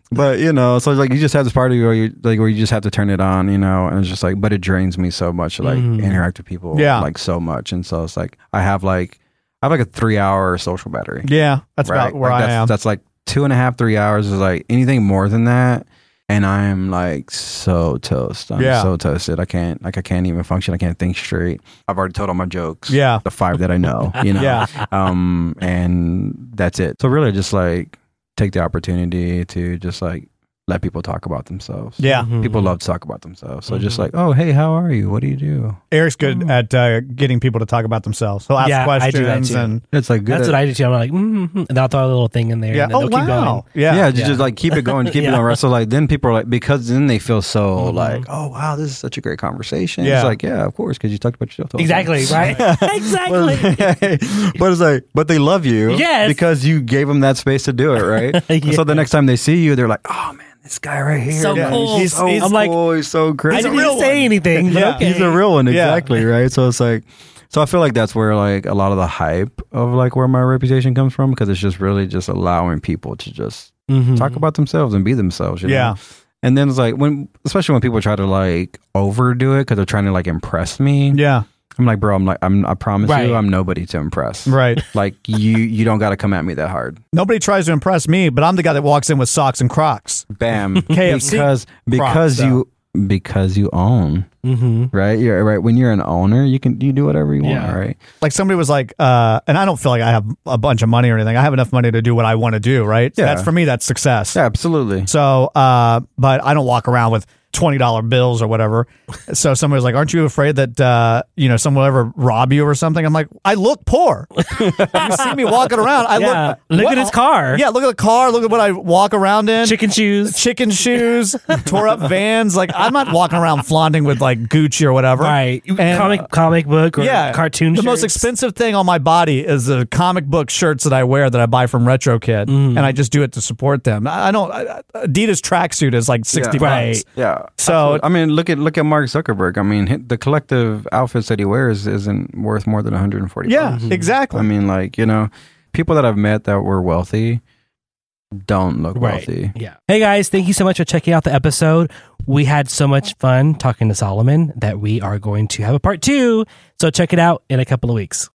[SPEAKER 3] but you know, so it's like you just have this party where you like where you just have to turn it on, you know, and it's just like, but it drains me so much, like interact with people,
[SPEAKER 1] Mm. Yeah.
[SPEAKER 3] like so much, and so it's like I have like I have like a three hour social battery.
[SPEAKER 1] yeah, that's about where
[SPEAKER 3] Like,
[SPEAKER 1] I
[SPEAKER 3] that's,
[SPEAKER 1] am.
[SPEAKER 3] That's like two and a half, three hours is like anything more than that. And I am like so toast. I'm
[SPEAKER 1] Yeah.
[SPEAKER 3] so toasted. I can't like I can't even function. I can't think straight. I've already told all my jokes.
[SPEAKER 1] Yeah.
[SPEAKER 3] The five that I know. You know.
[SPEAKER 1] Yeah.
[SPEAKER 3] Um and that's it. So really just like take the opportunity to just like let people talk about themselves.
[SPEAKER 1] Yeah,
[SPEAKER 3] People
[SPEAKER 2] Mm-hmm.
[SPEAKER 3] love to talk about themselves. So just like, oh hey, how are you? What do you do?
[SPEAKER 1] Eric's good at uh, getting people to talk about themselves. He'll ask
[SPEAKER 2] Mm. Yeah, I
[SPEAKER 1] questions
[SPEAKER 2] do that too.
[SPEAKER 1] and
[SPEAKER 3] It's like good
[SPEAKER 2] That's
[SPEAKER 3] at-
[SPEAKER 2] what I did too. I'm like, mm-hmm. and I'll throw a little thing in there.
[SPEAKER 1] yeah.
[SPEAKER 2] and then
[SPEAKER 1] Oh
[SPEAKER 2] they'll keep
[SPEAKER 1] wow.
[SPEAKER 2] going.
[SPEAKER 1] Yeah.
[SPEAKER 3] Yeah, you
[SPEAKER 2] Yeah.
[SPEAKER 3] just like keep it going, keep it
[SPEAKER 2] Yeah.
[SPEAKER 3] going. Right? So like then people are like because then they feel so
[SPEAKER 2] Mhm.
[SPEAKER 3] like oh wow this is such a great conversation.
[SPEAKER 1] Yeah.
[SPEAKER 3] It's like yeah of course because you talked about yourself the whole time.
[SPEAKER 2] Exactly. Right. exactly.
[SPEAKER 3] but it's like but they love you
[SPEAKER 2] Yes.
[SPEAKER 3] because you gave them that space to do it right.
[SPEAKER 2] Yeah.
[SPEAKER 3] So the next time they see you they're like oh man this guy right here
[SPEAKER 2] So
[SPEAKER 3] man,
[SPEAKER 2] cool.
[SPEAKER 3] he's so
[SPEAKER 2] He's-
[SPEAKER 3] cool
[SPEAKER 2] I'm like,
[SPEAKER 3] he's so great
[SPEAKER 2] I didn't even say anything. But
[SPEAKER 1] Yeah.
[SPEAKER 2] okay.
[SPEAKER 3] he's a real one
[SPEAKER 1] Yeah.
[SPEAKER 3] exactly right so it's like so i feel like that's where like a lot of the hype of like where my reputation comes from because it's just really just allowing people to just
[SPEAKER 2] Mhm.
[SPEAKER 3] talk about themselves and be themselves you know?
[SPEAKER 1] Mm-hmm. Yeah.
[SPEAKER 3] and then it's like when especially when people try to like overdo it because they're trying to like impress me
[SPEAKER 1] Yeah.
[SPEAKER 3] i'm like bro i'm like i'm i promise
[SPEAKER 2] Right.
[SPEAKER 3] you i'm nobody to impress
[SPEAKER 1] Right.
[SPEAKER 3] like you you don't got to come at me that hard
[SPEAKER 1] Nobody tries to impress me, but I'm the guy that walks in with socks and Crocs.
[SPEAKER 3] bam
[SPEAKER 1] KFC
[SPEAKER 3] because because you because you own
[SPEAKER 2] Mhm.
[SPEAKER 1] Mm-hmm.
[SPEAKER 3] right you're right when you're an owner you can you do whatever you
[SPEAKER 2] Yeah.
[SPEAKER 3] want right
[SPEAKER 1] Like somebody was like, uh, and I don't feel like I have a bunch of money or anything. I have enough money to do what I want to do. Right.
[SPEAKER 3] Yeah.
[SPEAKER 1] That's for me. That's success.
[SPEAKER 3] yeah absolutely
[SPEAKER 1] So, uh, but I don't walk around with twenty dollar bills or whatever. so somebody was like, "Aren't you afraid that uh, you know someone will ever rob you or something?" I'm like, "I look poor. you see me walking around. I
[SPEAKER 2] Yeah.
[SPEAKER 1] look.
[SPEAKER 2] Look
[SPEAKER 1] what-
[SPEAKER 2] at his car.
[SPEAKER 1] Yeah, look at the car. Look at what I walk around in.
[SPEAKER 2] Chicken shoes.
[SPEAKER 1] Chicken shoes, tore up vans. Like I'm not walking around flaunting with like Gucci or whatever.
[SPEAKER 2] Right. You-
[SPEAKER 1] And-
[SPEAKER 2] comic comic book or cartoon
[SPEAKER 1] The most
[SPEAKER 2] shirts.
[SPEAKER 1] expensive thing on my body is the comic book shirts that I wear that I buy from Retro Kid,
[SPEAKER 2] Mm-hmm.
[SPEAKER 1] and I just do it to support them. I I don't. I- I- Adidas tracksuit is like sixty
[SPEAKER 2] Right.
[SPEAKER 1] bucks.
[SPEAKER 3] Yeah.
[SPEAKER 1] So-
[SPEAKER 3] absolutely. I mean, look at look at Mark Zuckerberg. I mean, hi- the collective outfits that he wears isn't worth more than 140.
[SPEAKER 1] Yeah,
[SPEAKER 2] Mm-hmm.
[SPEAKER 3] bucks.
[SPEAKER 1] exactly.
[SPEAKER 3] I mean, like you know, people that I've met that were wealthy don't look
[SPEAKER 2] Right.
[SPEAKER 3] wealthy.
[SPEAKER 2] Yeah. Hey guys, thank you so much for checking out the episode. We had so much fun talking to Solomon that we are going to have a part two. So check it out in a couple of weeks.